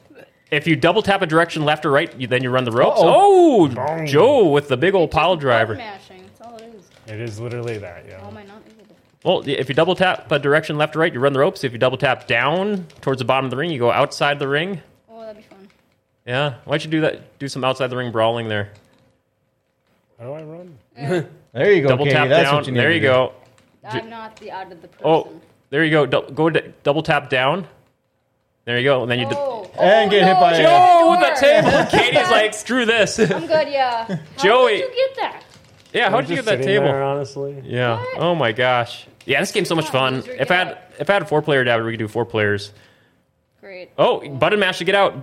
Speaker 1: if you double tap a direction left or right, you, then you run the ropes.
Speaker 3: Uh-oh.
Speaker 1: Oh, Joe with the big old pile driver.
Speaker 5: Mashing. That's all it is.
Speaker 2: It is literally that,
Speaker 5: How
Speaker 2: yeah.
Speaker 5: am I not able to?
Speaker 1: Well, if you double tap a direction left or right, you run the ropes. If you double tap down towards the bottom of the ring, you go outside the ring.
Speaker 5: Oh, that'd be fun.
Speaker 1: Yeah, why don't you do that? Do some outside the ring brawling there.
Speaker 2: How do I run?
Speaker 3: There you go.
Speaker 1: Double
Speaker 3: Katie.
Speaker 1: tap
Speaker 3: That's
Speaker 1: down.
Speaker 3: What you need
Speaker 1: there
Speaker 3: to
Speaker 1: you
Speaker 3: do.
Speaker 1: go.
Speaker 5: I'm not the out of the person.
Speaker 1: Oh, there you go. Dou- go d- double tap down. There you go. And then you. d-
Speaker 5: Oh.
Speaker 3: And get hit by a-
Speaker 1: Joe with
Speaker 5: sure.
Speaker 1: the table. And Katie's like, screw this.
Speaker 5: I'm good, yeah. How
Speaker 1: Joey.
Speaker 5: did you get that?
Speaker 1: yeah, how
Speaker 2: I'm
Speaker 1: did you get
Speaker 2: just
Speaker 1: that
Speaker 2: sitting
Speaker 1: table?
Speaker 2: there, honestly.
Speaker 1: Yeah.
Speaker 5: What?
Speaker 1: Oh my gosh. Yeah, this game's so much fun.
Speaker 5: These are
Speaker 1: If I had
Speaker 5: good.
Speaker 1: if I had a four player dad, we could do four players.
Speaker 5: Great.
Speaker 1: Oh, button mash to get out.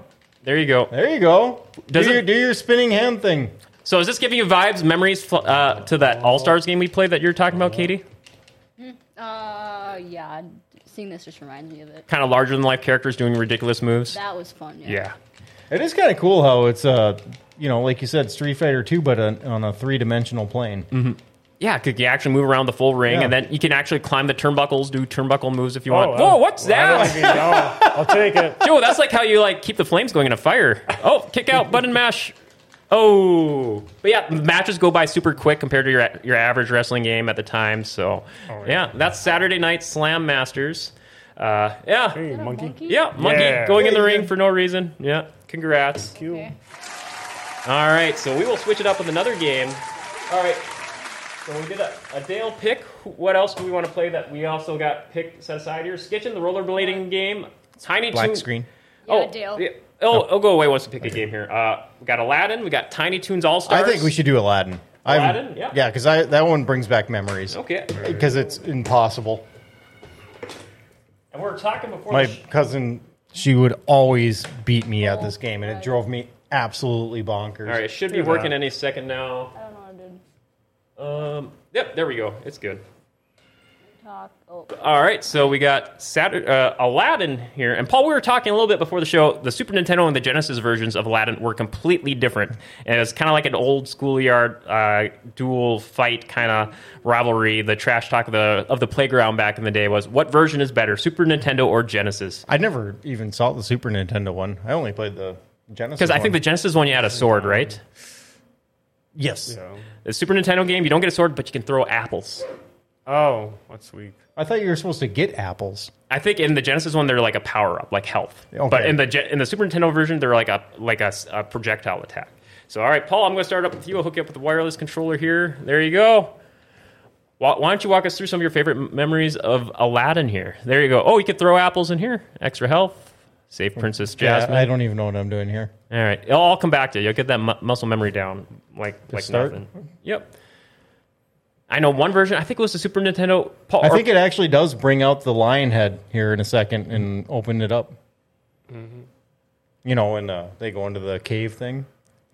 Speaker 1: There you go.
Speaker 3: There you go.
Speaker 1: Does
Speaker 3: do,
Speaker 1: it-
Speaker 3: your, do your spinning hand thing.
Speaker 1: So is this giving you vibes, memories fl- uh, to that All Stars game we played that you were talking about, Katie?
Speaker 5: Uh, yeah. Seeing this just reminds me of it.
Speaker 1: Kind of larger than life characters doing ridiculous moves.
Speaker 5: That was fun. Yeah.
Speaker 1: Yeah.
Speaker 3: It is kind of cool how it's uh you know like you said Street Fighter Two, but on, on a three dimensional plane.
Speaker 1: Mm-hmm. Yeah, because you actually move around the full ring,
Speaker 3: Yeah.
Speaker 1: and then you can actually climb the turnbuckles, do turnbuckle moves if you want.
Speaker 2: Oh,
Speaker 1: Whoa,
Speaker 2: uh,
Speaker 1: what's
Speaker 2: I
Speaker 1: that?
Speaker 2: don't even know. I'll take it.
Speaker 1: Joe, that's like how you like keep the flames going in a fire. Oh, kick out, button mash. Oh, but yeah, matches go by super quick compared to your your average wrestling game at the time. So, yeah. that's Saturday night Slam Masters. Uh, yeah,
Speaker 2: Hey, monkey.
Speaker 1: yeah, monkey
Speaker 2: Yeah.
Speaker 1: going in the
Speaker 3: Hey,
Speaker 1: ring
Speaker 3: yeah.
Speaker 1: for no reason. Yeah, congrats.
Speaker 2: Cute.
Speaker 5: Okay.
Speaker 1: All right, so we will switch it up with another game. All right, so we did a, a Dale pick. Who- What else do we want to play that we also got picked set aside here? Skitchin, the rollerblading game. Tiny
Speaker 3: Black
Speaker 1: Toon-
Speaker 3: screen.
Speaker 5: Yeah, Dale.
Speaker 1: yeah. Oh, I'll go away once we pick a game here. Uh, we got Aladdin. We got Tiny Toons All
Speaker 3: I
Speaker 1: Stars.
Speaker 3: think we should do Aladdin. I'm-
Speaker 1: Aladdin? Yeah.
Speaker 3: Yeah, because I that one brings back memories.
Speaker 1: Okay.
Speaker 3: Because it's impossible.
Speaker 1: And we were talking before.
Speaker 3: My
Speaker 1: the sh-
Speaker 3: cousin, she would always beat me at this game, and it
Speaker 5: right.
Speaker 3: drove me absolutely bonkers.
Speaker 1: All right, it should be
Speaker 2: Do that.
Speaker 1: working any second now.
Speaker 5: I don't know what I did.
Speaker 1: Um, yep, there we go. It's good.
Speaker 5: Talk. Oh.
Speaker 1: All right, so we got Saturday, uh, Aladdin here, and Paul. We were talking a little bit before the show. The Super Nintendo and the Genesis versions of Aladdin were completely different, and it's kind of like an old schoolyard uh, dual fight kind of rivalry. The trash talk of the of the playground back in the day was what version is better, Super Nintendo or Genesis?
Speaker 3: I never even saw the Super Nintendo one. I only played the Genesis.
Speaker 1: Because I think the
Speaker 3: one.
Speaker 1: Genesis one you had a sword, right?
Speaker 3: yes,
Speaker 2: So.
Speaker 1: The Super Nintendo game you don't get a sword, but you can throw apples.
Speaker 2: Oh, what's weak?
Speaker 3: I thought you were supposed to get apples.
Speaker 1: I think in the Genesis one they're like a power up, like health.
Speaker 3: Okay.
Speaker 1: But in the Gen- in the Super Nintendo version, they're like a like a, s- a projectile attack. So all right, Paul, I'm going to start up with you. I'll hook you up with the wireless controller here. There you go. Why, why don't you walk us through some of your favorite m- memories of Aladdin here? There you go. Oh, you could throw apples in here. Extra health. Save Princess
Speaker 3: Yeah,
Speaker 1: Jasmine.
Speaker 3: I don't even know what I'm doing here.
Speaker 1: All right, I'll, I'll come back to you. You'll get that mu- muscle memory down, like like
Speaker 3: start?
Speaker 1: nothing. Yep. I know one version. I think it was the Super Nintendo. Paul,
Speaker 3: I
Speaker 1: or-
Speaker 3: think it actually does bring out the lion head here in a second and open it up.
Speaker 1: Mm-hmm.
Speaker 3: You know, when uh, they go into the cave thing.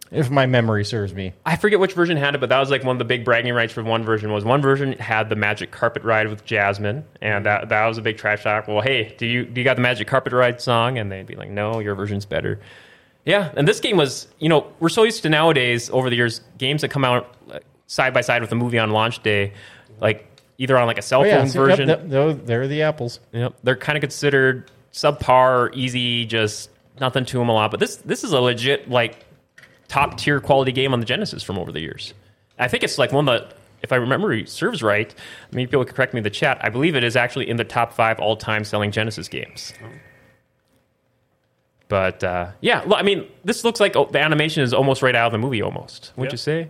Speaker 3: If my memory serves me,
Speaker 1: I forget which version had it, but that was like one of the big bragging rights for one version was one version had the magic carpet ride with Jasmine, and that that was a big trash talk. Well, hey, do you do you got the magic carpet ride song? And they'd be like, No, your version's better. Yeah, and this game was, you know, we're so used to nowadays over the years games that come out like, side by side with a movie on launch day, like either on like a cell
Speaker 3: oh
Speaker 1: phone
Speaker 3: yeah, see, yep,
Speaker 1: version.
Speaker 3: yep, tho- there are the apples.
Speaker 1: Yep, they're kind of considered subpar, easy, just nothing to them a lot. But this this is a legit like top tier quality game on the Genesis from over the years. I think it's like one that, if I remember, serves right. I mean, people can correct me in the chat. I believe it is actually in the top five all time selling Genesis games. But uh, yeah, lo- I mean, this looks like oh, the animation is almost right out of the movie, almost. Would
Speaker 2: Yeah.
Speaker 1: you say?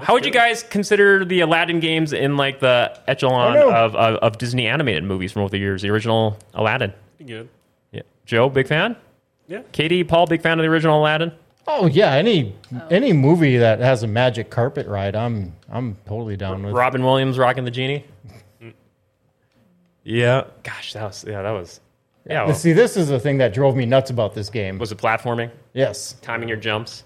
Speaker 1: How would you guys consider the Aladdin games in like the echelon
Speaker 3: I know.
Speaker 1: of, of of Disney animated movies from over the years? The original Aladdin.
Speaker 2: Pretty good.
Speaker 1: Yeah. Joe, big fan.
Speaker 2: Yeah.
Speaker 1: Katie, Paul, big fan of the original Aladdin.
Speaker 3: Oh yeah, any any movie that has a magic carpet ride, I'm I'm totally down with.
Speaker 1: Robin Williams rocking the genie. Yeah. Gosh, that was yeah, that was yeah.
Speaker 3: But See, this is the thing that drove me nuts about this game.
Speaker 1: was it platforming?
Speaker 3: yes,
Speaker 1: Timing your jumps.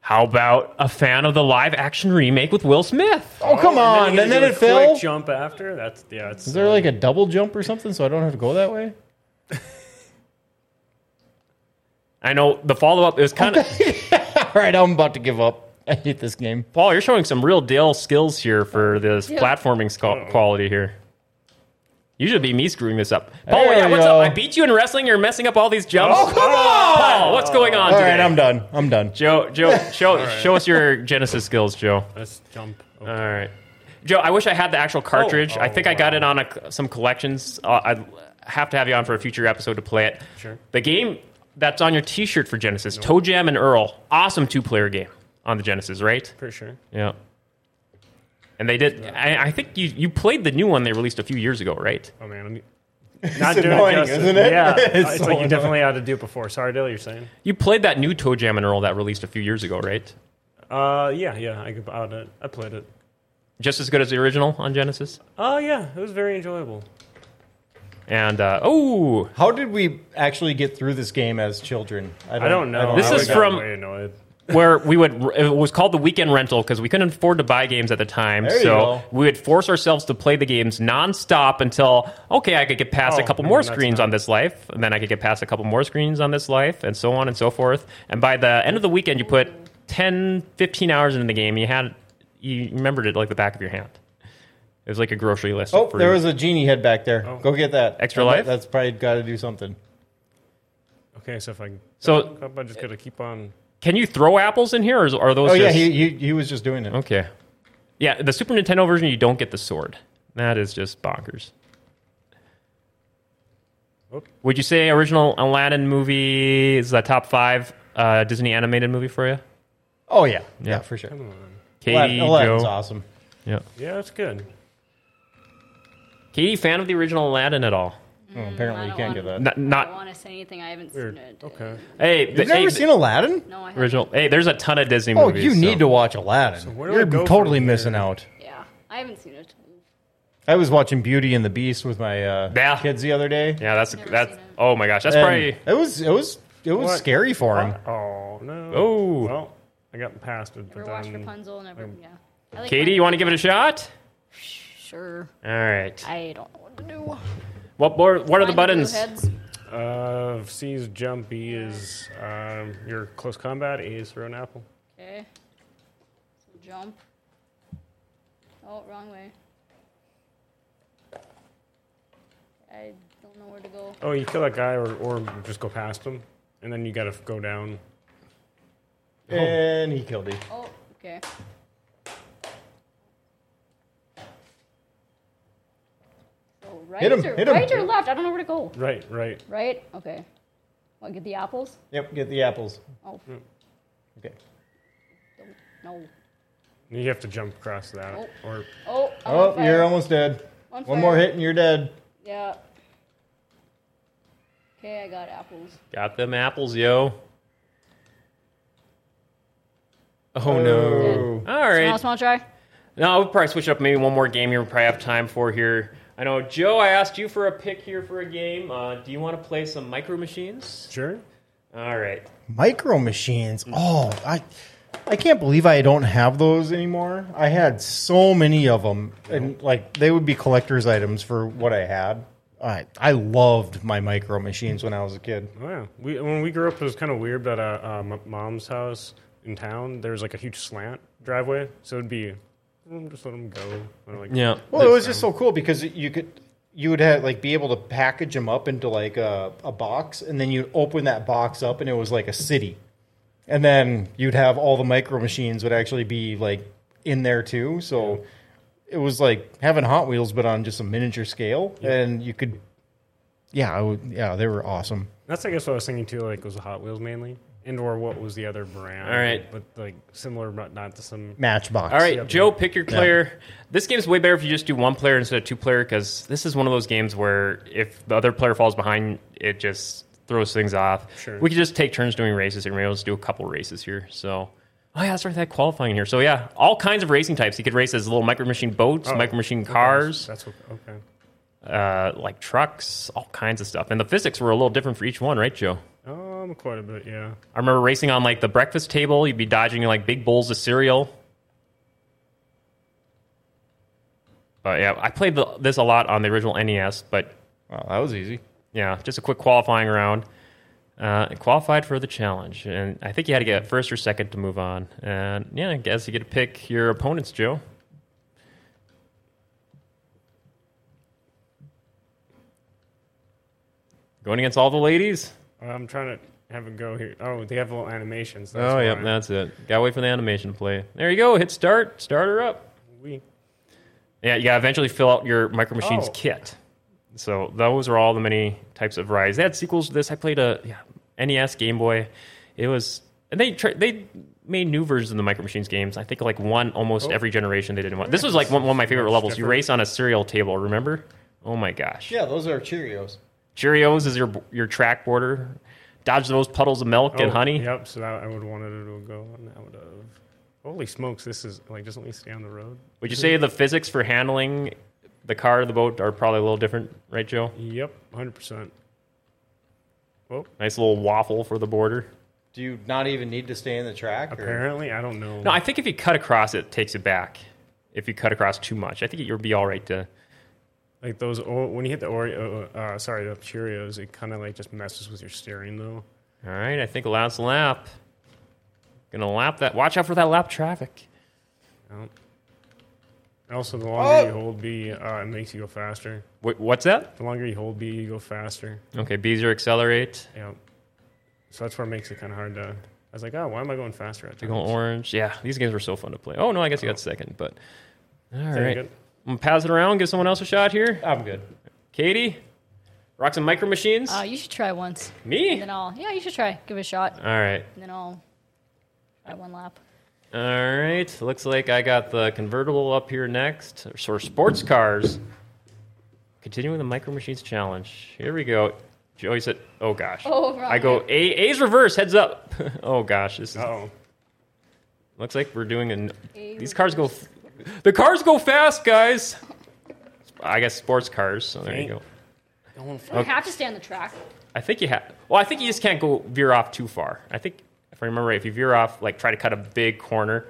Speaker 1: How about a fan of the live action remake with Will Smith?
Speaker 3: Oh, come on. And then
Speaker 2: you
Speaker 3: it
Speaker 2: do a quick
Speaker 3: fell.
Speaker 2: jump after. That's yeah. It's
Speaker 3: Is there like a double jump or something so I don't have to go that way?
Speaker 1: I know the follow up is kind of
Speaker 3: All right, I'm about to give up. I hate this game.
Speaker 1: Paul. You're showing some real Dale skills here for this platforming sco- quality here. You should be me screwing this up. Paul,
Speaker 3: There
Speaker 1: yeah,
Speaker 3: we
Speaker 1: what's
Speaker 3: go.
Speaker 1: up? I beat you in wrestling. You're messing up all these jumps.
Speaker 3: Oh, come on!
Speaker 1: Paul, what's going on
Speaker 3: All
Speaker 1: today?
Speaker 3: right, I'm done. I'm done.
Speaker 1: Joe, Joe, show show us your Genesis skills, Joe.
Speaker 2: Let's jump. Okay.
Speaker 1: All right, Joe. I wish I had the actual cartridge.
Speaker 2: Oh,
Speaker 1: I think I got it on a, some collections. Uh, I'd have to have you on for a future episode to play it.
Speaker 2: Sure.
Speaker 1: The game that's on your T-shirt for Genesis, Toe Jam and Earl, awesome two-player game on the Genesis, right?
Speaker 2: Pretty sure.
Speaker 1: Yeah. And they did. I, I think you you played the new one they released a few years ago, right?
Speaker 2: Oh man, I'm not doing
Speaker 3: annoying,
Speaker 2: it justice.
Speaker 3: isn't it?
Speaker 2: Yeah,
Speaker 3: It's
Speaker 2: it's,
Speaker 3: so
Speaker 2: like
Speaker 3: annoying.
Speaker 2: you definitely ought to do it before. Sorry, Dale, you're saying.
Speaker 1: You played that new Toe Jam and Earl that released a few years ago, right?
Speaker 2: Uh, yeah, yeah, I could out it. I played it.
Speaker 1: Just as good as the original on Genesis.
Speaker 2: Oh yeah, it was very enjoyable.
Speaker 1: And uh, oh,
Speaker 3: How did we actually get through this game as children?
Speaker 2: I don't know.
Speaker 1: This
Speaker 2: I
Speaker 1: is
Speaker 2: would've
Speaker 1: from-
Speaker 2: gotten way annoyed.
Speaker 1: where we would it was called the weekend rental because we couldn't afford to buy games at the time
Speaker 3: There you
Speaker 1: so
Speaker 3: go.
Speaker 1: we would force ourselves to play the games nonstop until okay i could get past a
Speaker 2: Oh,
Speaker 1: couple
Speaker 2: man,
Speaker 1: more
Speaker 2: that's
Speaker 1: screens
Speaker 2: not-
Speaker 1: on this life and then i could get past a couple more screens on this life and so on and so forth and by the end of the weekend you put 10 15 hours into the game you had you remembered it like the back of your hand it was like a grocery list
Speaker 3: Oh,
Speaker 1: for-
Speaker 3: there was a genie head back there. Go get that
Speaker 1: Extra
Speaker 3: That-
Speaker 1: life?
Speaker 3: That's probably got to do something.
Speaker 2: Okay, so if I
Speaker 1: so
Speaker 2: if I just gotta keep on.
Speaker 1: can you throw apples in here or is- are those
Speaker 3: Oh yeah,
Speaker 1: just-
Speaker 3: he, he he was just doing it.
Speaker 1: Okay. Yeah, the Super Nintendo version, you don't get the sword. That is just bonkers.
Speaker 3: Oh.
Speaker 2: Okay.
Speaker 1: Would you say original Aladdin movie is the top five uh, Disney animated movie for you?
Speaker 3: Oh yeah, yeah,
Speaker 1: Yeah.
Speaker 3: for sure.
Speaker 1: Katie,
Speaker 3: Aladdin's
Speaker 1: Joe?
Speaker 3: awesome.
Speaker 1: Yeah.
Speaker 2: Yeah, that's good.
Speaker 1: Katie, fan of the original Aladdin at all?
Speaker 3: Well, apparently,
Speaker 5: I
Speaker 3: you
Speaker 5: don't
Speaker 3: can't get
Speaker 1: Not.
Speaker 3: that.
Speaker 5: wanna- I don't
Speaker 1: not
Speaker 5: want to say anything. I haven't
Speaker 2: Weird.
Speaker 5: seen it.
Speaker 2: Okay.
Speaker 1: hey, the,
Speaker 3: You've never
Speaker 1: hey,
Speaker 3: seen Aladdin?
Speaker 5: No, I haven't.
Speaker 1: the original. Hey, there's a ton of Disney
Speaker 3: Oh,
Speaker 1: movies.
Speaker 3: you need
Speaker 1: so-
Speaker 3: to watch Aladdin.
Speaker 2: where do I
Speaker 3: You're
Speaker 2: go
Speaker 3: totally
Speaker 2: from
Speaker 3: missing
Speaker 2: here?
Speaker 3: out.
Speaker 5: Yeah, I haven't seen it.
Speaker 3: I was watching Beauty and the Beast with my uh,
Speaker 1: Yeah.
Speaker 3: kids the other day.
Speaker 1: Yeah, that's
Speaker 5: Never
Speaker 1: that's.
Speaker 5: seen it.
Speaker 1: Oh my gosh, that's
Speaker 3: and
Speaker 1: probably.
Speaker 3: It was it was it was
Speaker 2: What?
Speaker 3: scary for him.
Speaker 2: Oh no.
Speaker 1: Oh.
Speaker 2: Well, I got past it,
Speaker 5: Never
Speaker 2: but
Speaker 5: watched
Speaker 2: then
Speaker 5: Rapunzel. Never. Yeah. I like
Speaker 1: Katie, you want to give it a shot?
Speaker 5: Sure.
Speaker 1: All right.
Speaker 5: I don't know what to do.
Speaker 1: What board, What are the
Speaker 5: Find blue
Speaker 1: buttons?
Speaker 5: heads.
Speaker 2: uh, C is jump, B is um, your close combat, A is throw an apple.
Speaker 5: Okay. So jump. Oh, wrong way. I don't know where to go.
Speaker 2: Oh, you kill that guy, or, or just go past him, and then you gotta f- go down. Oh.
Speaker 3: And he killed you.
Speaker 5: Oh, okay. So right
Speaker 3: Hit 'em,
Speaker 5: or
Speaker 3: hit 'em.
Speaker 5: right or left? I don't know where to go.
Speaker 2: Right, right.
Speaker 5: Right? Okay. What? Get the apples?
Speaker 3: Yep, get the apples.
Speaker 5: Oh,
Speaker 1: Hmm.
Speaker 3: Okay.
Speaker 5: don't, no.
Speaker 2: You have to jump across that,
Speaker 5: Oh.
Speaker 2: or
Speaker 5: Oh, I'm on
Speaker 3: Oh,
Speaker 5: fire.
Speaker 3: you're almost dead.
Speaker 5: On
Speaker 3: One more
Speaker 5: fire.
Speaker 3: hit and you're dead.
Speaker 5: Yeah. Okay, I got apples.
Speaker 1: Got them apples, yo. Oh no.
Speaker 3: Oh.
Speaker 1: All
Speaker 5: Small,
Speaker 1: right.
Speaker 5: small try.
Speaker 1: No, we'll probably switch up maybe one more game here. We probably have time for here. I know, Joe. I asked you for a pick here for a game. Uh, do you want to play some micro machines?
Speaker 2: sure.
Speaker 1: All right.
Speaker 3: Micro machines. Oh, I I can't believe I don't have those anymore. I had so many of them, and like they would be collector's items for what I had. I I loved my micro machines when I was a kid.
Speaker 2: Oh, yeah. We when we grew up, it was kind of weird. But uh, uh, my mom's house in town, there was like a huge slant driveway, so it'd be mm, just let them go. Or, like,
Speaker 1: Yeah.
Speaker 3: Well, it was just so cool because you could you would have like be able to package them up into like a, a box, and then you'd open that box up, and it was like a city, and then you'd have all the micro machines would actually be like in there too. So it was like having Hot Wheels, but on just a miniature scale, and you could. Yeah, I would, yeah, they were awesome.
Speaker 2: That's I guess what I was thinking too. Like was the Hot Wheels mainly, and or what was the other brand?
Speaker 1: All right.
Speaker 2: but like similar, but not the same.
Speaker 3: Matchbox.
Speaker 1: All right, Joe, pick your player. This game's way better if you just do one player instead of two player because this is one of those games where if the other player falls behind, it just throws things off.
Speaker 2: Sure.
Speaker 1: We could just take turns doing races and we able to do a couple races here. So. Oh yeah, that's right. That qualifying here. So yeah, all kinds of racing types. You could race as little micro machine boats,
Speaker 2: Oh,
Speaker 1: micro machine
Speaker 2: okay,
Speaker 1: cars,
Speaker 2: That's okay. okay.
Speaker 1: uh, like trucks, all kinds of stuff. And the physics were a little different for each one, right, Joe?
Speaker 2: Um, quite a bit, yeah.
Speaker 1: I remember racing on like the breakfast table. You'd be dodging like big bowls of cereal. But yeah, I played the, this a lot on the original NES. But
Speaker 3: Wow, that was easy.
Speaker 1: yeah, just a quick qualifying round. Uh, uh, and qualified for the challenge. And I think you had to get first or second to move on. And yeah, I guess you get to pick your opponents, Joe. Going against all the ladies?
Speaker 2: I'm trying to have a go here. Oh, they have little animations. That's
Speaker 1: Oh, yep,
Speaker 2: why.
Speaker 1: that's it. Gotta wait for the animation to play. There you go. Hit start. Start her up.
Speaker 2: We,
Speaker 1: Yeah, you gotta eventually fill out your micro machines
Speaker 2: Oh.
Speaker 1: kit. So those are all the many types of rides. They had sequels to this. I played a yeah, NES Game Boy. It was and they tra- they made new versions of the micro machines games. I think like one almost every generation they didn't want. This was like one, one of my favorite levels. You
Speaker 2: Oh. different.
Speaker 1: race on a cereal table. Remember? Oh my gosh.
Speaker 3: Yeah, those are Cheerios.
Speaker 1: Cheerios is your your track border. Dodge those puddles of milk and
Speaker 2: oh,
Speaker 1: honey.
Speaker 2: Yep. So that I would wanted it to go on out of. Holy smokes! This is like doesn't we stay on the road?
Speaker 1: Would you say the physics for handling the car or the boat are probably a little different, right, Joe?
Speaker 2: Yep, hundred percent.
Speaker 1: Nice little waffle for the border.
Speaker 3: Do you not even need to stay in the track? Or?
Speaker 2: Apparently, I don't know.
Speaker 1: No, I think if you cut across, it takes it back. If you cut across too much, I think you'll be all right to.
Speaker 2: Like those o- when you hit the Oreo, uh, sorry, the Cheerios, it kind of like just messes with your steering though.
Speaker 1: All right, I think last lap. Gonna lap that. Watch out for that lap traffic.
Speaker 2: Yep. Also, the longer
Speaker 3: Oh!
Speaker 2: you hold B, uh, it makes you go faster.
Speaker 1: Wh- what's that?
Speaker 2: The longer you hold B, you go faster.
Speaker 1: Okay, Beezer accelerate.
Speaker 2: Yep. So that's what makes it kind of hard to. I was like, oh, why am I going faster at
Speaker 1: Big
Speaker 2: times?
Speaker 1: ol' orange. Yeah, these games were so fun to play. Oh no, I guess you got second, but all
Speaker 2: Very
Speaker 1: right.
Speaker 2: good.
Speaker 1: I'm gonna pass it around. Give someone else a shot here.
Speaker 3: I'm good.
Speaker 1: Katie, rocks and micro machines.
Speaker 5: Uh, you should try once.
Speaker 1: Me.
Speaker 5: And then I'll, yeah, you should try. Give it a shot.
Speaker 1: all right.
Speaker 5: And then I'll try one lap.
Speaker 1: All right. Looks like I got the convertible up here next. So sports cars. Continuing the micro machines challenge. Here we go. Joey said, "Oh gosh."
Speaker 5: Oh, right.
Speaker 1: I go A A's reverse. Heads up. oh gosh, this is,
Speaker 2: Oh,
Speaker 1: looks like we're doing an.
Speaker 5: A
Speaker 1: These cars go. f- The cars go fast, guys. I guess sports cars. So there you go.
Speaker 5: You have to stay on the track.
Speaker 1: I think you have. Well, I think you just can't go veer off too far. I think if I remember right, if you veer off, like try to cut a big corner.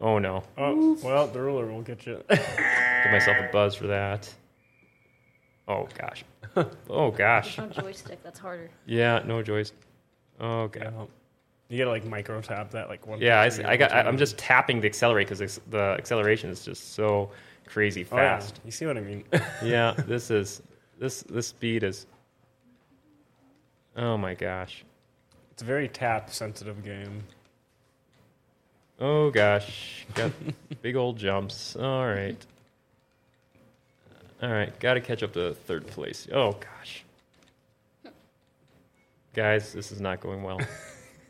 Speaker 1: Oh no.
Speaker 2: oh, well, the ruler will get you.
Speaker 1: Give myself a buzz for that. Oh gosh. Oh gosh.
Speaker 5: No joystick. That's harder.
Speaker 1: Yeah, no joys. Oh god.
Speaker 2: you gotta like micro tap that like one.
Speaker 1: Yeah, I,
Speaker 2: three
Speaker 1: see- I got.
Speaker 2: one,
Speaker 1: I,
Speaker 2: two.
Speaker 1: I'm just tapping the accelerate because the acceleration is just so crazy
Speaker 2: Oh, yeah.
Speaker 1: fast.
Speaker 2: You see what I mean?
Speaker 1: yeah, this is this this speed is. Oh my gosh.
Speaker 2: it's a very tap sensitive game.
Speaker 1: Oh gosh. Got big old jumps. All right. All right. Got to catch up to third place. Oh gosh. Guys, this is not going well.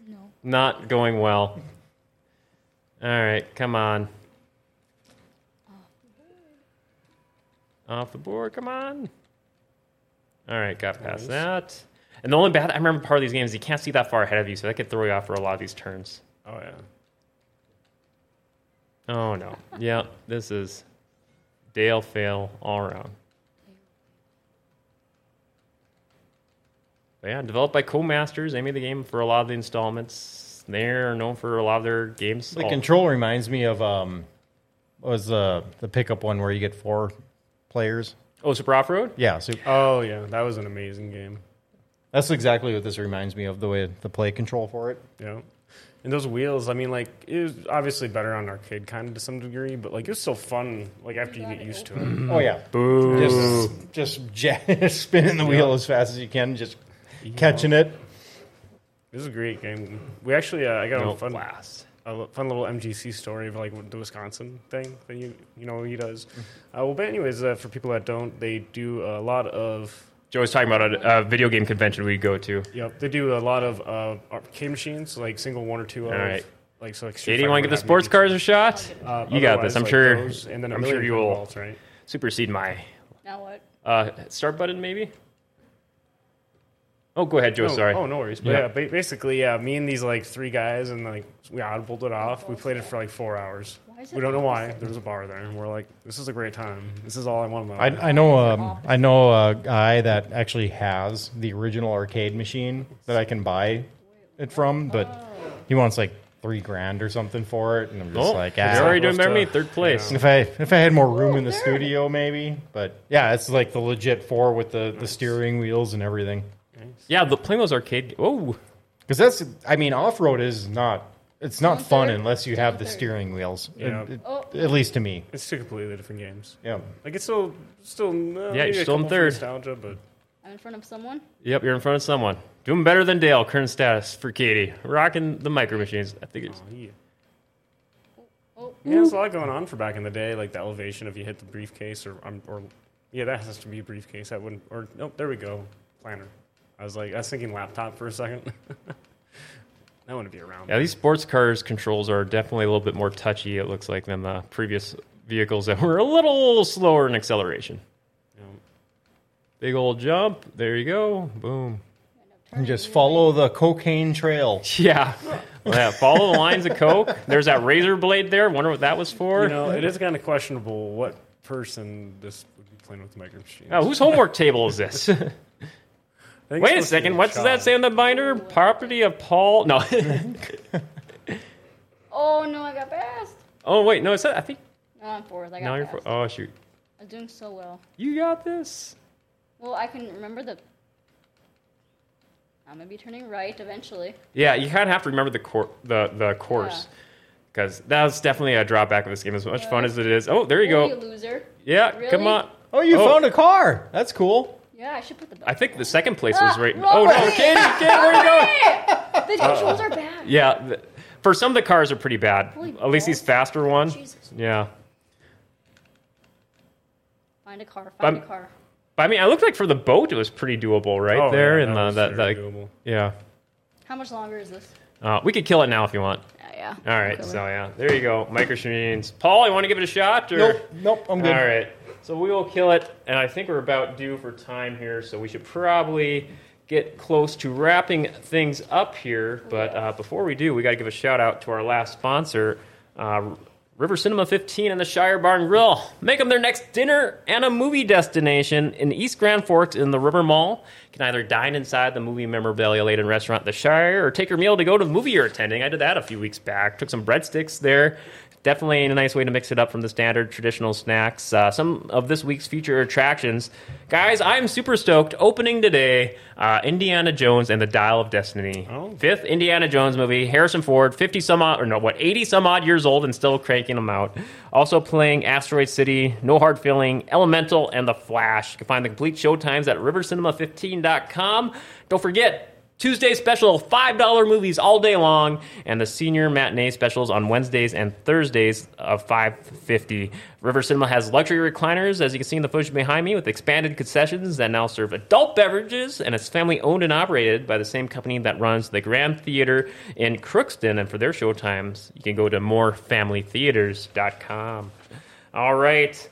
Speaker 5: No.
Speaker 1: Not going well. All right, come on. Off the board, come on. All right, got past that. And the only bad I remember part of these games, you can't see that far ahead of you, so that could throw you off for a lot of these turns.
Speaker 2: Oh yeah.
Speaker 1: Oh no. Yeah, this is Dale fail all around. But yeah, developed by Co-Masters. They made the game for a lot of the installments. They're known for a lot of their games.
Speaker 3: The
Speaker 1: all-
Speaker 3: control reminds me of um, what was the the pickup one where you get four players?
Speaker 1: oh, Super Off Road.
Speaker 3: Yeah, so
Speaker 2: Oh yeah, that was an amazing game.
Speaker 3: that's exactly what this reminds me of. The way the play control for it.
Speaker 2: Yeah. And those wheels, I mean, like it was obviously better on arcade, kind of to some degree, but like it was still fun. Like after you get used to it,
Speaker 3: Oh yeah, boo! Just just ja- spinning the wheel as fast as you can, just catching it.
Speaker 2: this is a great game. We actually, uh, I got
Speaker 1: No
Speaker 2: a fun,
Speaker 1: blast.
Speaker 2: a li- fun little MGC story of like the Wisconsin thing that you you know he does.
Speaker 1: Mm.
Speaker 2: Uh, well, but anyways, uh, for people that don't, they do a lot of
Speaker 1: Joe was talking about a, a video game convention we go to.
Speaker 2: yep, they do a lot of uh, arcade machines, like single one or two.
Speaker 1: All
Speaker 2: of,
Speaker 1: right.
Speaker 2: Like so, like Street
Speaker 1: Katie, you
Speaker 2: Fighter
Speaker 1: want to get the
Speaker 2: would have
Speaker 1: sports
Speaker 2: maybe-
Speaker 1: cars a shot?
Speaker 2: Uh,
Speaker 1: you got this.
Speaker 2: otherwise,
Speaker 1: I'm
Speaker 2: like,
Speaker 1: sure.
Speaker 2: those, and then a
Speaker 1: I'm sure
Speaker 2: million
Speaker 1: you will
Speaker 2: pinballs, right?
Speaker 1: supersede my
Speaker 5: Now what?
Speaker 1: uh, start button, maybe. Oh, go ahead, Joe.
Speaker 2: No,
Speaker 1: sorry.
Speaker 2: Oh, no worries. But
Speaker 1: Yeah.
Speaker 2: yeah, ba- basically, yeah, me and these like three guys, and like we oddballed it off. We played it for like four hours.
Speaker 5: is it
Speaker 2: We don't know why.
Speaker 5: awesome?
Speaker 2: There was a bar there, and we're like, this is a great time. This is all I want in my
Speaker 3: I,
Speaker 2: life.
Speaker 3: I know um, I know a guy that actually has the original arcade machine that I can buy it from, but he wants like three grand or something for it, and I'm just
Speaker 1: Oh,
Speaker 3: like,
Speaker 1: you're already
Speaker 3: ah.
Speaker 1: doing better than me.
Speaker 2: Yeah.
Speaker 1: Third place.
Speaker 3: If I if I had more room in the
Speaker 5: Oh, there.
Speaker 3: studio, maybe. But yeah, it's like the legit four with the, the steering wheels and everything.
Speaker 1: Yeah, the, playing those arcade. Oh,
Speaker 3: Because that's, I mean, off road is not, it's not
Speaker 5: Two-third?
Speaker 3: fun unless you have the
Speaker 5: Two-third.
Speaker 3: steering wheels. uh,
Speaker 2: Yeah.
Speaker 3: It- it-
Speaker 5: Oh.
Speaker 3: At least to me.
Speaker 2: It's two completely different games.
Speaker 3: Yeah.
Speaker 2: Like it's still, still, uh,
Speaker 1: you're
Speaker 2: maybe a
Speaker 1: still in
Speaker 2: couple for
Speaker 1: third.
Speaker 2: nostalgia, but
Speaker 5: I'm in front of someone.
Speaker 1: yep, you're in front of someone. Doing better than Dale. Current status for Katie. Rocking the micro machines. I think it's.
Speaker 2: oh, yeah.
Speaker 5: Oh,
Speaker 2: Yeah, there's a lot going on for back in the day, like the elevation if you hit the briefcase or um, or yeah, that has to be a briefcase. That wouldn't or nope, there we go, planner. I was like, I was thinking laptop for a second. that wouldn't be around.
Speaker 1: Yeah, these sports cars controls are definitely a little bit more touchy. It looks like than the previous vehicles that were a little slower in acceleration.
Speaker 2: You know.
Speaker 1: Big old jump. There you go. Boom.
Speaker 3: And just follow the cocaine trail.
Speaker 1: Yeah. Well, yeah, Follow the lines of coke. There's that razor blade there. Wonder what that was for.
Speaker 2: You know, it is kind of questionable what person this would be playing with the micro machines.
Speaker 1: Oh, whose homework table is this?
Speaker 2: I think it's
Speaker 1: Wait a
Speaker 2: supposed to be
Speaker 1: second. What does that
Speaker 2: child.
Speaker 1: say on the binder? Property of Paul. No.
Speaker 5: oh no, I got passed.
Speaker 1: oh wait, no. It said I think.
Speaker 5: No, I'm fourth. I got
Speaker 1: Now you're. For,
Speaker 5: passed.
Speaker 1: oh shoot.
Speaker 5: I'm doing so well.
Speaker 1: You got this.
Speaker 5: Well, I can remember the. I'm gonna be turning right eventually.
Speaker 1: Yeah, you kind of have to remember the cor- the the course. Because that's definitely a drawback of this game. As much fun as it is. Oh, there you
Speaker 5: Oh, you
Speaker 1: go.
Speaker 5: loser.
Speaker 1: Yeah, come
Speaker 5: Really?
Speaker 1: on.
Speaker 3: Oh, you found a car. That's cool.
Speaker 5: Yeah, I should put the.
Speaker 1: I think the second place was
Speaker 5: Ah,
Speaker 1: right.
Speaker 5: wrong
Speaker 1: Oh no,
Speaker 5: way.
Speaker 1: Katie, Katie, where are you going?
Speaker 5: the controls are bad.
Speaker 1: Yeah, th- for some of the cars are pretty bad.
Speaker 5: Holy
Speaker 1: At least these
Speaker 5: balls.
Speaker 1: faster ones.
Speaker 5: Jesus.
Speaker 1: Yeah.
Speaker 5: Find a car. Find
Speaker 1: I'm-
Speaker 5: a car.
Speaker 1: But I mean, I looked like for the boat, it was pretty doable right
Speaker 2: Oh,
Speaker 1: there.
Speaker 2: yeah,
Speaker 1: and
Speaker 2: that
Speaker 1: the,
Speaker 2: was
Speaker 1: that,
Speaker 2: very
Speaker 1: that-
Speaker 2: doable.
Speaker 1: yeah.
Speaker 5: How much longer is this?
Speaker 1: Uh, we could kill it now if you want.
Speaker 5: Yeah, yeah.
Speaker 1: All right,
Speaker 5: Okay.
Speaker 1: so yeah, there you go. Micro machines. Paul, you want to give it a shot? Or?
Speaker 3: Nope, nope, I'm good.
Speaker 1: All right, so we will kill it, and I think we're about due for time here, so we should probably get close to wrapping things up here. But uh, before we do, we got to give a shout out to our last sponsor, uh, River Cinema 15 and the Shire Barn Grill. Make them their next dinner and a movie destination in East Grand Forks in the River Mall. You can either dine inside the movie memorabilia laden restaurant, the Shire, or take your meal to go to the movie you're attending. I did that a few weeks back. Took some breadsticks there. Definitely a nice way to mix it up from the standard traditional snacks. Uh, some of this week's feature attractions. Guys, I'm super stoked. Opening today, uh, Indiana Jones and the Dial of Destiny.
Speaker 2: Oh.
Speaker 1: Fifth Indiana Jones movie. Harrison Ford, 50 some odd, or no, what, 80 some odd years old and still cranking them out. Also playing Asteroid City, No Hard Feeling, Elemental, and The Flash. You can find the complete showtimes at rivercinema15.com. Don't forget, Tuesday special, $5 movies all day long, and the senior matinee specials on Wednesdays and Thursdays of 5.50. River Cinema has luxury recliners, as you can see in the footage behind me, with expanded concessions that now serve adult beverages, and it's family owned and operated by the same company that runs the Grand Theater in Crookston, and for their showtimes, you can go to morefamilytheaters.com. All right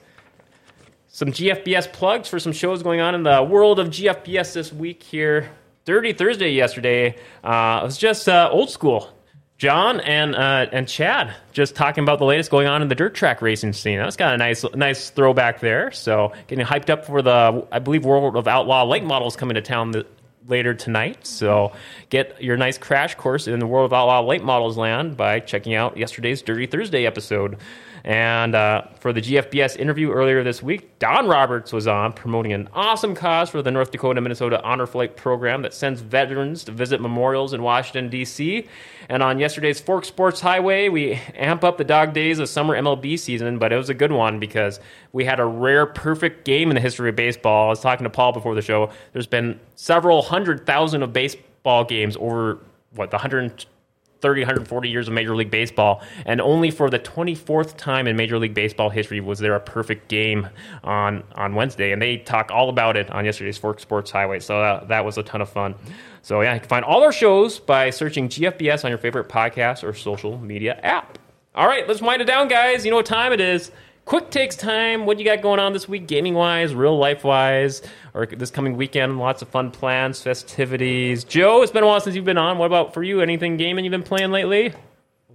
Speaker 1: some GFBS plugs for some shows going on in the world of GFBS this week here. Dirty Thursday yesterday. Uh, it was just uh, old school. John and uh, and Chad just talking about the latest going on in the dirt track racing scene. That was kind of nice, nice throwback there. So getting hyped up for the I believe World of Outlaw late models coming to town th- later tonight. So get your nice crash course in the World of Outlaw late models land by checking out yesterday's Dirty Thursday episode. And uh, for the GFBS interview earlier this week, Don Roberts was on promoting an awesome cause for the North Dakota Minnesota Honor Flight program that sends veterans to visit memorials in Washington, D.C. And on yesterday's Fork Sports Highway, we amp up the dog days of summer MLB season, but it was a good one because we had a rare perfect game in the history of baseball. I was talking to Paul before the show. There's been several hundred thousand of baseball games over, what, the 100. 30, 140 years of Major League Baseball, and only for the 24th time in Major League Baseball history was there a perfect game on on Wednesday, and they talk all about it on yesterday's Fork Sports Highway. So that, that was a ton of fun. So yeah, you can find all our shows by searching GFBS on your favorite podcast or social media app. All right, let's wind it down, guys. You know what time it is. Quick takes time. What you got going on this week, gaming wise, real life wise, or this coming weekend? Lots of fun plans, festivities. Joe, it's been a while since you've been on. What about for you? Anything gaming you've been playing lately?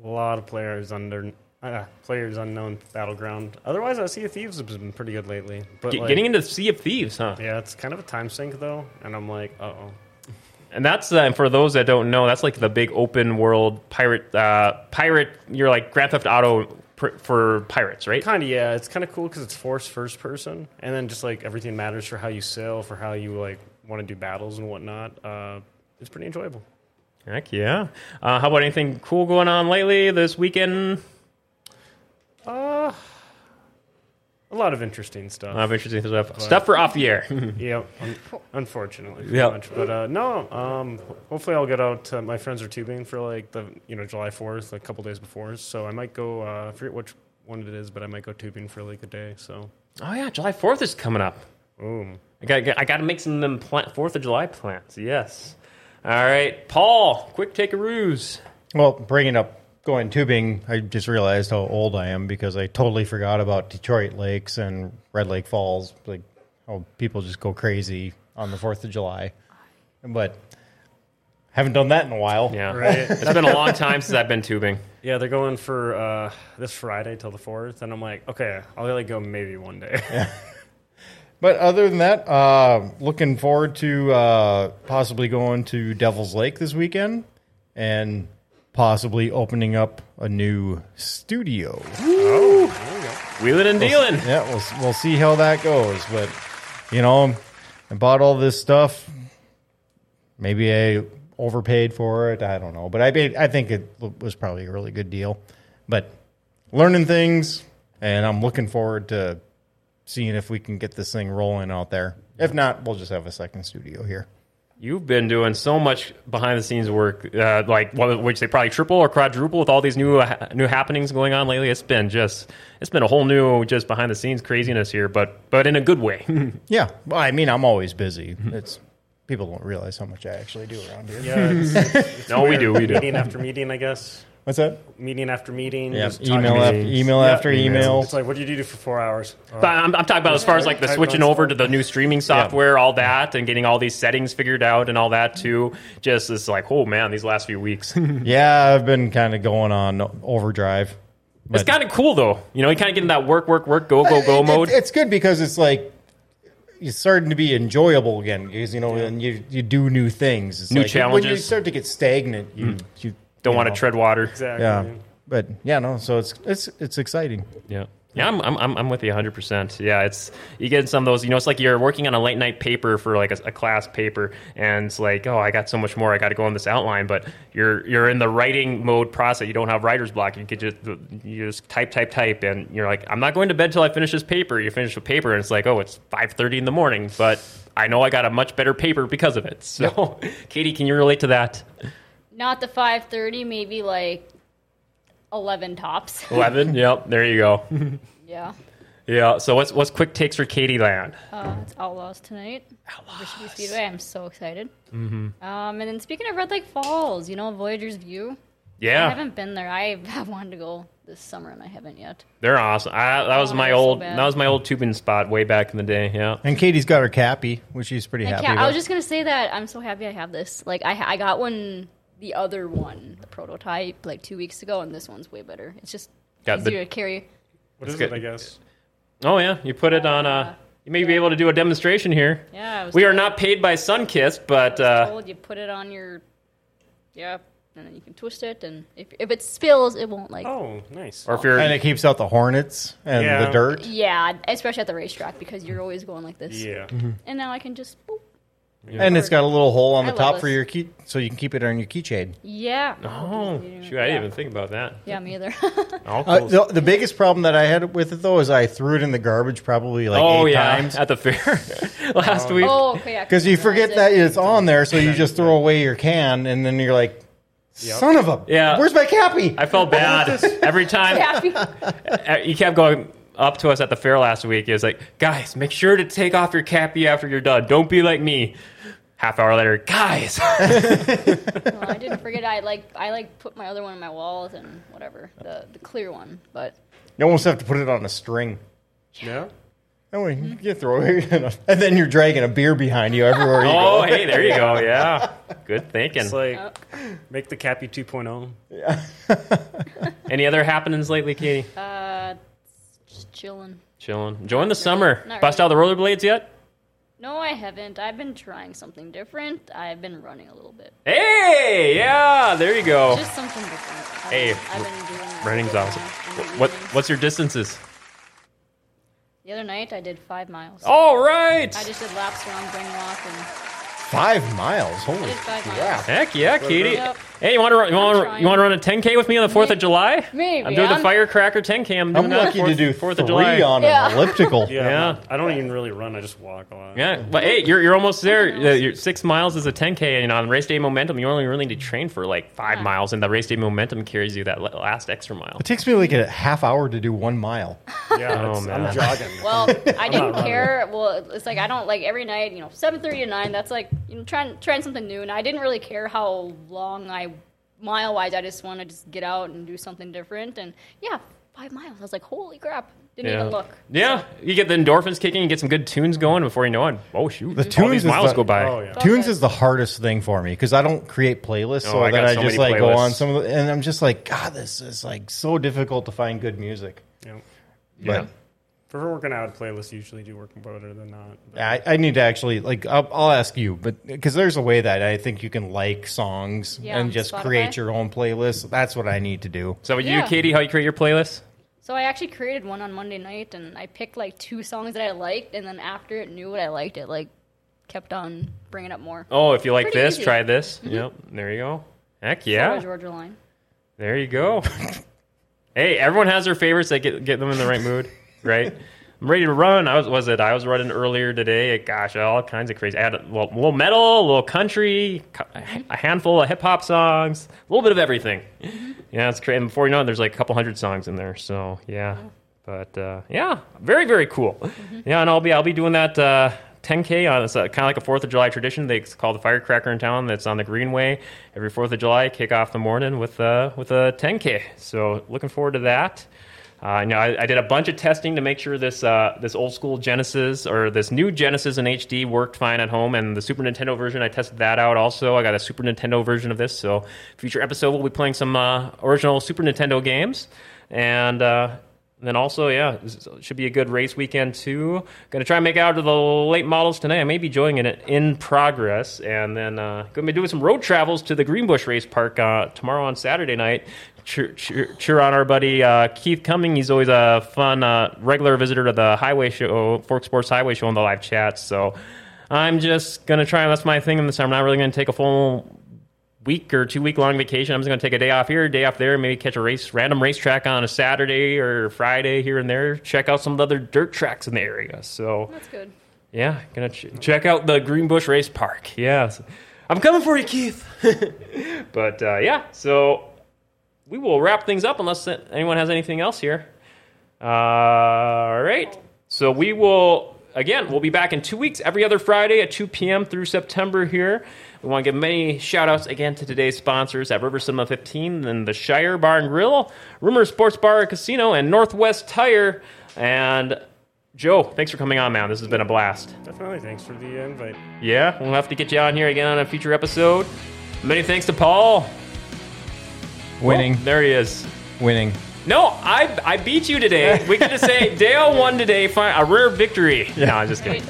Speaker 2: A lot of players under uh, players unknown battleground. Otherwise, I see a thieves has been pretty good lately. But
Speaker 1: Get-
Speaker 2: like,
Speaker 1: Getting into Sea of Thieves, huh?
Speaker 2: yeah, it's kind of a time sink though, and I'm like, uh oh.
Speaker 1: And that's uh, and for those that don't know, that's like the big open world pirate. Uh, pirate, you're like Grand Theft Auto pr- for pirates, right?
Speaker 2: Kind of, yeah. It's kind of cool because it's forced first person, and then just like everything matters for how you sail, for how you like want to do battles and whatnot, uh, it's pretty enjoyable.
Speaker 1: Heck yeah. Uh, how about anything cool going on lately this weekend?
Speaker 2: A lot of interesting stuff.
Speaker 1: Uh, interesting stuff. Stuff for off the air.
Speaker 2: Yep. Un- unfortunately, pretty
Speaker 1: Yep.
Speaker 2: much. But uh, no, um, hopefully I'll get out. Uh, my friends are tubing for like the you know July Fourth, a couple days before, so I might go. Uh, I forget which one it is, but I might go tubing for like a day. So,
Speaker 1: Oh yeah, July Fourth is coming up.
Speaker 2: boom.
Speaker 1: I got I got to make some of them plant, Fourth of July plants. Yes. All right, Paul. Quick take a ruse.
Speaker 3: Well, bringing up going tubing, I just realized how old I am because I totally forgot about Detroit Lakes and Red Lake Falls, like how people just go crazy on the 4th of July. But haven't done that in a while.
Speaker 1: Yeah.
Speaker 2: Right.
Speaker 1: It's been a long time since I've been tubing.
Speaker 2: Yeah, they're going for uh, this Friday till the fourth, and I'm like, okay, I'll like go maybe one day.
Speaker 3: But other than that, uh, looking forward to uh, possibly going to Devil's Lake this weekend and possibly opening up a new studio.
Speaker 1: Wheeling and dealing.
Speaker 3: Yeah, we'll we'll see how that goes. But you know, I bought all this stuff. Maybe I overpaid for it. I don't know, but I paid, I think it was probably a really good deal. But learning things, and I'm looking forward to seeing if we can get this thing rolling out there. If not, we'll just have a second studio here.
Speaker 1: You've been doing so much behind the scenes work, uh, like what would you say, probably triple or quadruple with all these new uh, new happenings going on lately. It's been just, it's been a whole new just behind the scenes craziness here, but but in a good way.
Speaker 3: Yeah, well, I mean, I'm always busy. It's people don't realize how much I actually do around here.
Speaker 2: yeah, it's, it's
Speaker 1: no, we do, we do.
Speaker 2: Uh, meeting after meeting, I guess.
Speaker 3: What's that?
Speaker 2: Meeting after meeting.
Speaker 3: Yeah,
Speaker 2: just talking
Speaker 3: email
Speaker 2: to-
Speaker 3: after email
Speaker 2: Yeah.
Speaker 3: after email.
Speaker 2: It's like, what do you do for four hours? Uh,
Speaker 1: But I'm, I'm talking about as far as like the
Speaker 2: Type
Speaker 1: switching
Speaker 2: on
Speaker 1: over to the new streaming software, all that, and getting all these settings figured out and all that too. Just it's like, oh man, these last few weeks. it's
Speaker 3: Yeah, I've been kind of going on overdrive. But-
Speaker 1: kind of cool though. You know, you kind of get in that work, work, work, go, go, go
Speaker 3: It- it-
Speaker 1: mode.
Speaker 3: it's good because it's like it's starting to be enjoyable again because you know, and you you do new things, it's
Speaker 1: New
Speaker 3: like, When you
Speaker 1: challenges. Mm.
Speaker 3: start to get stagnant, you you
Speaker 1: Don't
Speaker 3: you
Speaker 1: want to
Speaker 3: know.
Speaker 1: tread water.
Speaker 2: exactly.
Speaker 3: Yeah, but yeah, no. So it's it's it's exciting.
Speaker 1: Yeah. Yeah, I'm, I'm, I'm- I'm with you 100%. Yeah, it's, you get some of those, you know, it's like you're working on a late night paper for like a, a class paper, and it's like, oh, I got so much more, I got to go on this outline, but you're, you're in the writing mode process. You don't have writer's block. You could just, you just type, type, type, and you're like, I'm not going to bed till I finish this paper. You finish the paper, and it's like, oh, it's 5.30 in the morning, but I know I got a much better paper because of it. So, Katie, can you relate to that?
Speaker 5: Not the 5:30, maybe like 11 tops.
Speaker 1: 11? yep, there you go.
Speaker 5: yeah.
Speaker 1: yeah, so what's, what's quick takes for Katie Land?
Speaker 5: Uh, it's Outlaws tonight. Outlaws. Should be Speedway. I'm so excited. Mm-hmm. Um, and then speaking of Red Lake Falls, you know Voyager's View. I
Speaker 1: Yeah.
Speaker 5: haven't been there. I have wanted to go this summer and I haven't yet.
Speaker 1: They're awesome. I, that was
Speaker 5: Oh,
Speaker 1: my
Speaker 5: they're so
Speaker 1: old
Speaker 5: bad.
Speaker 1: that was my old tubing spot way back in the day. Yeah.
Speaker 3: And Katie's got her cappy, which she's pretty
Speaker 5: And
Speaker 3: happy.
Speaker 5: Kat- I was
Speaker 3: with.
Speaker 5: just gonna say that I'm so happy I have this. Like I, I got one, the other one, the prototype, like two weeks ago, and this one's way better. It's just
Speaker 1: Got the-
Speaker 5: easier to carry.
Speaker 2: What is
Speaker 1: good.
Speaker 2: it? I guess.
Speaker 1: Oh yeah, you put it on. Uh, you may be able to do a demonstration here.
Speaker 5: Yeah, I was
Speaker 1: We are
Speaker 5: told-
Speaker 1: not paid by Sunkiss, but uh,
Speaker 5: told you put it on your, yeah, and then you can twist it, and if if it spills, it won't like.
Speaker 2: Oh, nice.
Speaker 1: or if you're
Speaker 3: and it keeps out the hornets and
Speaker 2: Yeah.
Speaker 3: the dirt.
Speaker 5: Yeah, especially at the racetrack because you're always going like this.
Speaker 2: yeah.
Speaker 5: And now I can just. boop.
Speaker 3: And it's got a little hole on
Speaker 5: I
Speaker 3: the
Speaker 5: love
Speaker 3: top for
Speaker 5: this.
Speaker 3: your key, so you can keep it on your keychain.
Speaker 5: Yeah.
Speaker 1: oh shoot, I didn't even think about that.
Speaker 5: Yeah, me either.
Speaker 1: All
Speaker 3: Uh,
Speaker 1: cool.
Speaker 3: the, the biggest problem that I had with it though is I threw it in the garbage probably like
Speaker 1: oh
Speaker 3: eight
Speaker 1: yeah,
Speaker 3: times.
Speaker 1: at the fair last week.
Speaker 5: oh, okay. yeah,
Speaker 3: Because you
Speaker 5: customize
Speaker 3: forget
Speaker 5: it.
Speaker 3: that it's on there, so you just throw away your can, and then you're like, "Son of a,
Speaker 1: Yeah.
Speaker 3: where's my cappy?"
Speaker 1: I felt bad every time.
Speaker 5: Happy.
Speaker 1: uh, you kept going up to us at the fair last week. It was like, guys, make sure to take off your cappy after you're done. Don't be like me. Half hour later, guys.
Speaker 5: Well, I didn't forget. I like I like put my other one in my walls and whatever the the clear one. But
Speaker 3: you almost have to put it on a string.
Speaker 2: Yeah.
Speaker 3: That way you can throw it, in a- and then you're dragging a beer behind you everywhere you
Speaker 1: Oh, hey, there you go. Yeah. Good thinking.
Speaker 2: It's like make the Cappy oh. 2.0.
Speaker 1: Any other happenings lately, Katie?
Speaker 5: uh, just chilling.
Speaker 1: Chilling. Enjoying the summer.
Speaker 5: not
Speaker 1: Bust out the rollerblades yet?
Speaker 5: No, I haven't. I've been trying something different. I've been running a little bit.
Speaker 1: Hey, yeah, there you go.
Speaker 5: Just something different. I've
Speaker 1: Oh. Hey,
Speaker 5: been- I've been doing that
Speaker 1: Running's
Speaker 5: in the-
Speaker 1: awesome.
Speaker 5: in the
Speaker 1: What
Speaker 5: evenings.
Speaker 1: what's your distances?
Speaker 5: The other night I did five miles.
Speaker 1: All right.
Speaker 5: I just did laps around Brainwalk and
Speaker 3: Five miles. Holy
Speaker 5: did five miles.
Speaker 3: crap.
Speaker 1: Heck yeah, Katie.
Speaker 5: Yep.
Speaker 1: Hey, you want to run? You
Speaker 5: I'm
Speaker 1: want
Speaker 5: trying.
Speaker 1: you want to run a 10k with me on the 4th of
Speaker 5: May-
Speaker 1: July?
Speaker 5: maybe.
Speaker 1: I'm doing the
Speaker 5: I'm-
Speaker 1: firecracker 10k. I'm doing
Speaker 3: I'm
Speaker 1: that
Speaker 3: lucky to
Speaker 1: Fourth-
Speaker 3: do
Speaker 1: Fourth
Speaker 3: three
Speaker 1: of July.
Speaker 3: on
Speaker 5: Yeah.
Speaker 3: an elliptical.
Speaker 2: Yeah,
Speaker 1: Yeah.
Speaker 2: I'm- I don't even really run. I just walk a lot.
Speaker 1: Yeah, but hey, you're, you're almost there. Uh, You're six miles is a 10k, and on race day momentum, you only really need to train for like five
Speaker 5: Yeah.
Speaker 1: miles, and the race day momentum carries you that la- last extra mile.
Speaker 3: It takes me like a half hour to do one mile.
Speaker 2: yeah
Speaker 1: Oh,
Speaker 2: it's-
Speaker 1: man.
Speaker 2: I'm jogging.
Speaker 5: Well, I didn't care. Well, it's like I don't like every night. You know, seven thirty to nine. That's like you know trying trying something new, and I didn't really care how long I mile wise. I just want to just get out and do something different. And yeah, five miles. I was like, holy crap! Didn't
Speaker 1: Yeah.
Speaker 5: even look.
Speaker 1: Yeah, you get the endorphins kicking, you get some good tunes going before you know it. Oh shoot,
Speaker 3: The
Speaker 1: all
Speaker 3: tunes
Speaker 1: these
Speaker 3: is
Speaker 1: miles
Speaker 3: the-
Speaker 1: go by.
Speaker 2: oh yeah.
Speaker 3: Tunes is the hardest thing for me because I don't create playlists,
Speaker 1: Oh,
Speaker 3: so
Speaker 1: I
Speaker 3: that
Speaker 1: got
Speaker 3: I
Speaker 1: so
Speaker 3: just
Speaker 1: many
Speaker 3: like go on
Speaker 1: playlists.
Speaker 3: some of the, and I'm just like, God, this is like so difficult to find good music.
Speaker 2: Yeah.
Speaker 1: Yeah.
Speaker 2: For working out, playlists usually do work better than not. But
Speaker 3: I, I need to actually like I'll, I'll ask you, but because there's a way that I think you can like songs
Speaker 5: Yeah,
Speaker 3: and just
Speaker 5: Spotify.
Speaker 3: create your own playlist. That's what I need to do.
Speaker 1: So you,
Speaker 5: Yeah.
Speaker 1: Katie, how you create your playlist?
Speaker 5: So I actually created one on Monday night, and I picked like two songs that I liked, and then after it knew what I liked, it like kept on bringing up more.
Speaker 1: Oh, if you like
Speaker 5: Pretty
Speaker 1: this,
Speaker 5: easy. Mm-hmm.
Speaker 1: try this. Yep, there you go. Heck
Speaker 5: Or
Speaker 1: yeah,
Speaker 5: Georgia line.
Speaker 1: there you go. hey, everyone has their favorites that get get them in the right mood, right? I'm ready to run. I was was it? I was running earlier today. Gosh, all kinds of crazy. I had a little, little metal, a little country, cu-
Speaker 5: Mm-hmm.
Speaker 1: a handful of hip hop songs, a little bit of everything. Yeah, it's crazy. And before you know it, there's like a couple hundred songs in there. So yeah, but uh, yeah, very very cool. Yeah, and I'll be I'll be doing that uh, 10k on it's uh, kind of like a Fourth of July tradition. They it's called the firecracker in town. That's on the Greenway every Fourth of July. Kick off the morning with uh, with a 10k. So looking forward to that. Uh, you know, I, I did a bunch of testing to make sure this uh, this old school Genesis or this new Genesis in HD worked fine at home, and the Super Nintendo version I tested that out also. I got a Super Nintendo version of this, so future episode we'll be playing some uh, original Super Nintendo games, and uh, then also yeah, this is- should be a good race weekend too. Going to try and make it out to the late models tonight. I may be joining it in progress, and then uh, going to be doing some road travels to the Greenbush Race Park uh, tomorrow on Saturday night cheer, cheer, cheer on our buddy uh, Keith Cumming. He's always a fun uh, regular visitor to the Highway Show, Fork Sports Highway Show, in the live chat. So I'm just gonna try. That's my thing. This I'm not really gonna take a full week or two week long vacation. I'm just going to take a day off here, a day off there, maybe catch a race, random racetrack on a Saturday or Friday here and there. Check out some of the other dirt tracks in the area. So
Speaker 5: That's good.
Speaker 1: yeah, gonna ch- check out the Greenbush Race Park. Yes, I'm coming for you, Keith. but uh, yeah, so we will wrap things up unless anyone has anything else here. Uh, all right. So we will, again, we'll be back in two weeks, every other Friday at 2 p.m. through September here. We want to give many shout outs again to today's sponsors at River Cinema 15 and the Shire Bar and Grill, Rumor Sports Bar and Casino, and Northwest Tire. And Joe, thanks for coming on, man. This has been a blast.
Speaker 2: definitely, thanks for the invite.
Speaker 1: Yeah, we'll have to get you on here again on a future episode. Many thanks to Paul.
Speaker 3: Winning,
Speaker 1: Oh, there he is.
Speaker 3: winning.
Speaker 1: No, I I beat you today. We get to say Dale won today. Fine, a rare victory. No, I'm just kidding.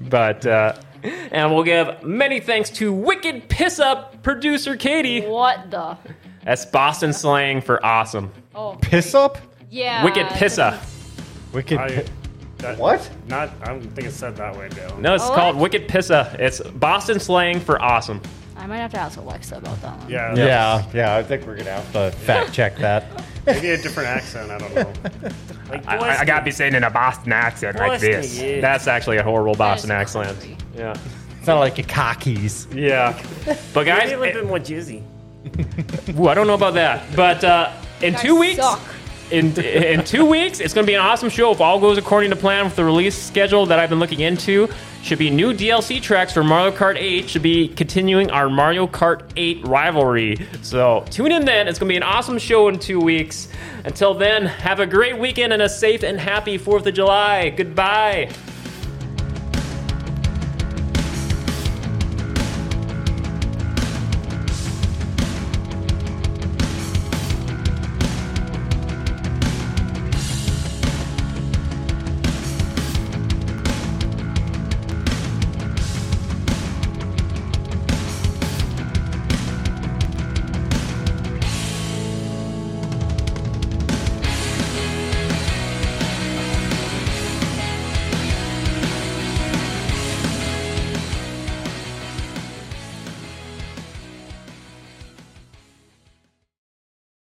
Speaker 1: But uh, and we'll give many thanks to Wicked Piss Up producer Katie.
Speaker 5: What the?
Speaker 1: That's Boston slang for awesome.
Speaker 5: Oh,
Speaker 3: Piss up?
Speaker 5: yeah.
Speaker 1: Wicked Piss Up.
Speaker 3: Wicked.
Speaker 2: I,
Speaker 3: pi-
Speaker 2: that,
Speaker 3: what?
Speaker 2: Not. I don't think it's said that way, Dale.
Speaker 1: No, it's
Speaker 5: Oh,
Speaker 1: called Wicked Pissa. It's Boston slang for awesome.
Speaker 5: I might have to ask Alexa about that one.
Speaker 2: Yeah.
Speaker 3: Yeah, yeah. I think we're gonna have to fact check that.
Speaker 2: Maybe a different accent. I don't know. Like,
Speaker 1: I, I, I gotta be saying in a Boston accent like
Speaker 2: Boston,
Speaker 1: this.
Speaker 2: yeah.
Speaker 1: That's actually a horrible Boston
Speaker 5: is
Speaker 1: accent.
Speaker 5: crazy.
Speaker 1: Yeah,
Speaker 3: It's not like a cockies.
Speaker 1: yeah. But guys,
Speaker 2: Maybe a little bit more jizzy.
Speaker 1: Ooh, I don't know about that, but uh, in
Speaker 5: Guys
Speaker 1: two weeks,
Speaker 5: suck.
Speaker 1: in in two weeks, it's going to be an awesome show if all goes according to plan with the release schedule that I've been looking into. Should be new DLC tracks for Mario Kart 8. Should be continuing our Mario Kart 8 rivalry. So tune in then. It's going to be an awesome show in two weeks. Until then, have a great weekend and a safe and happy Fourth of July. Goodbye.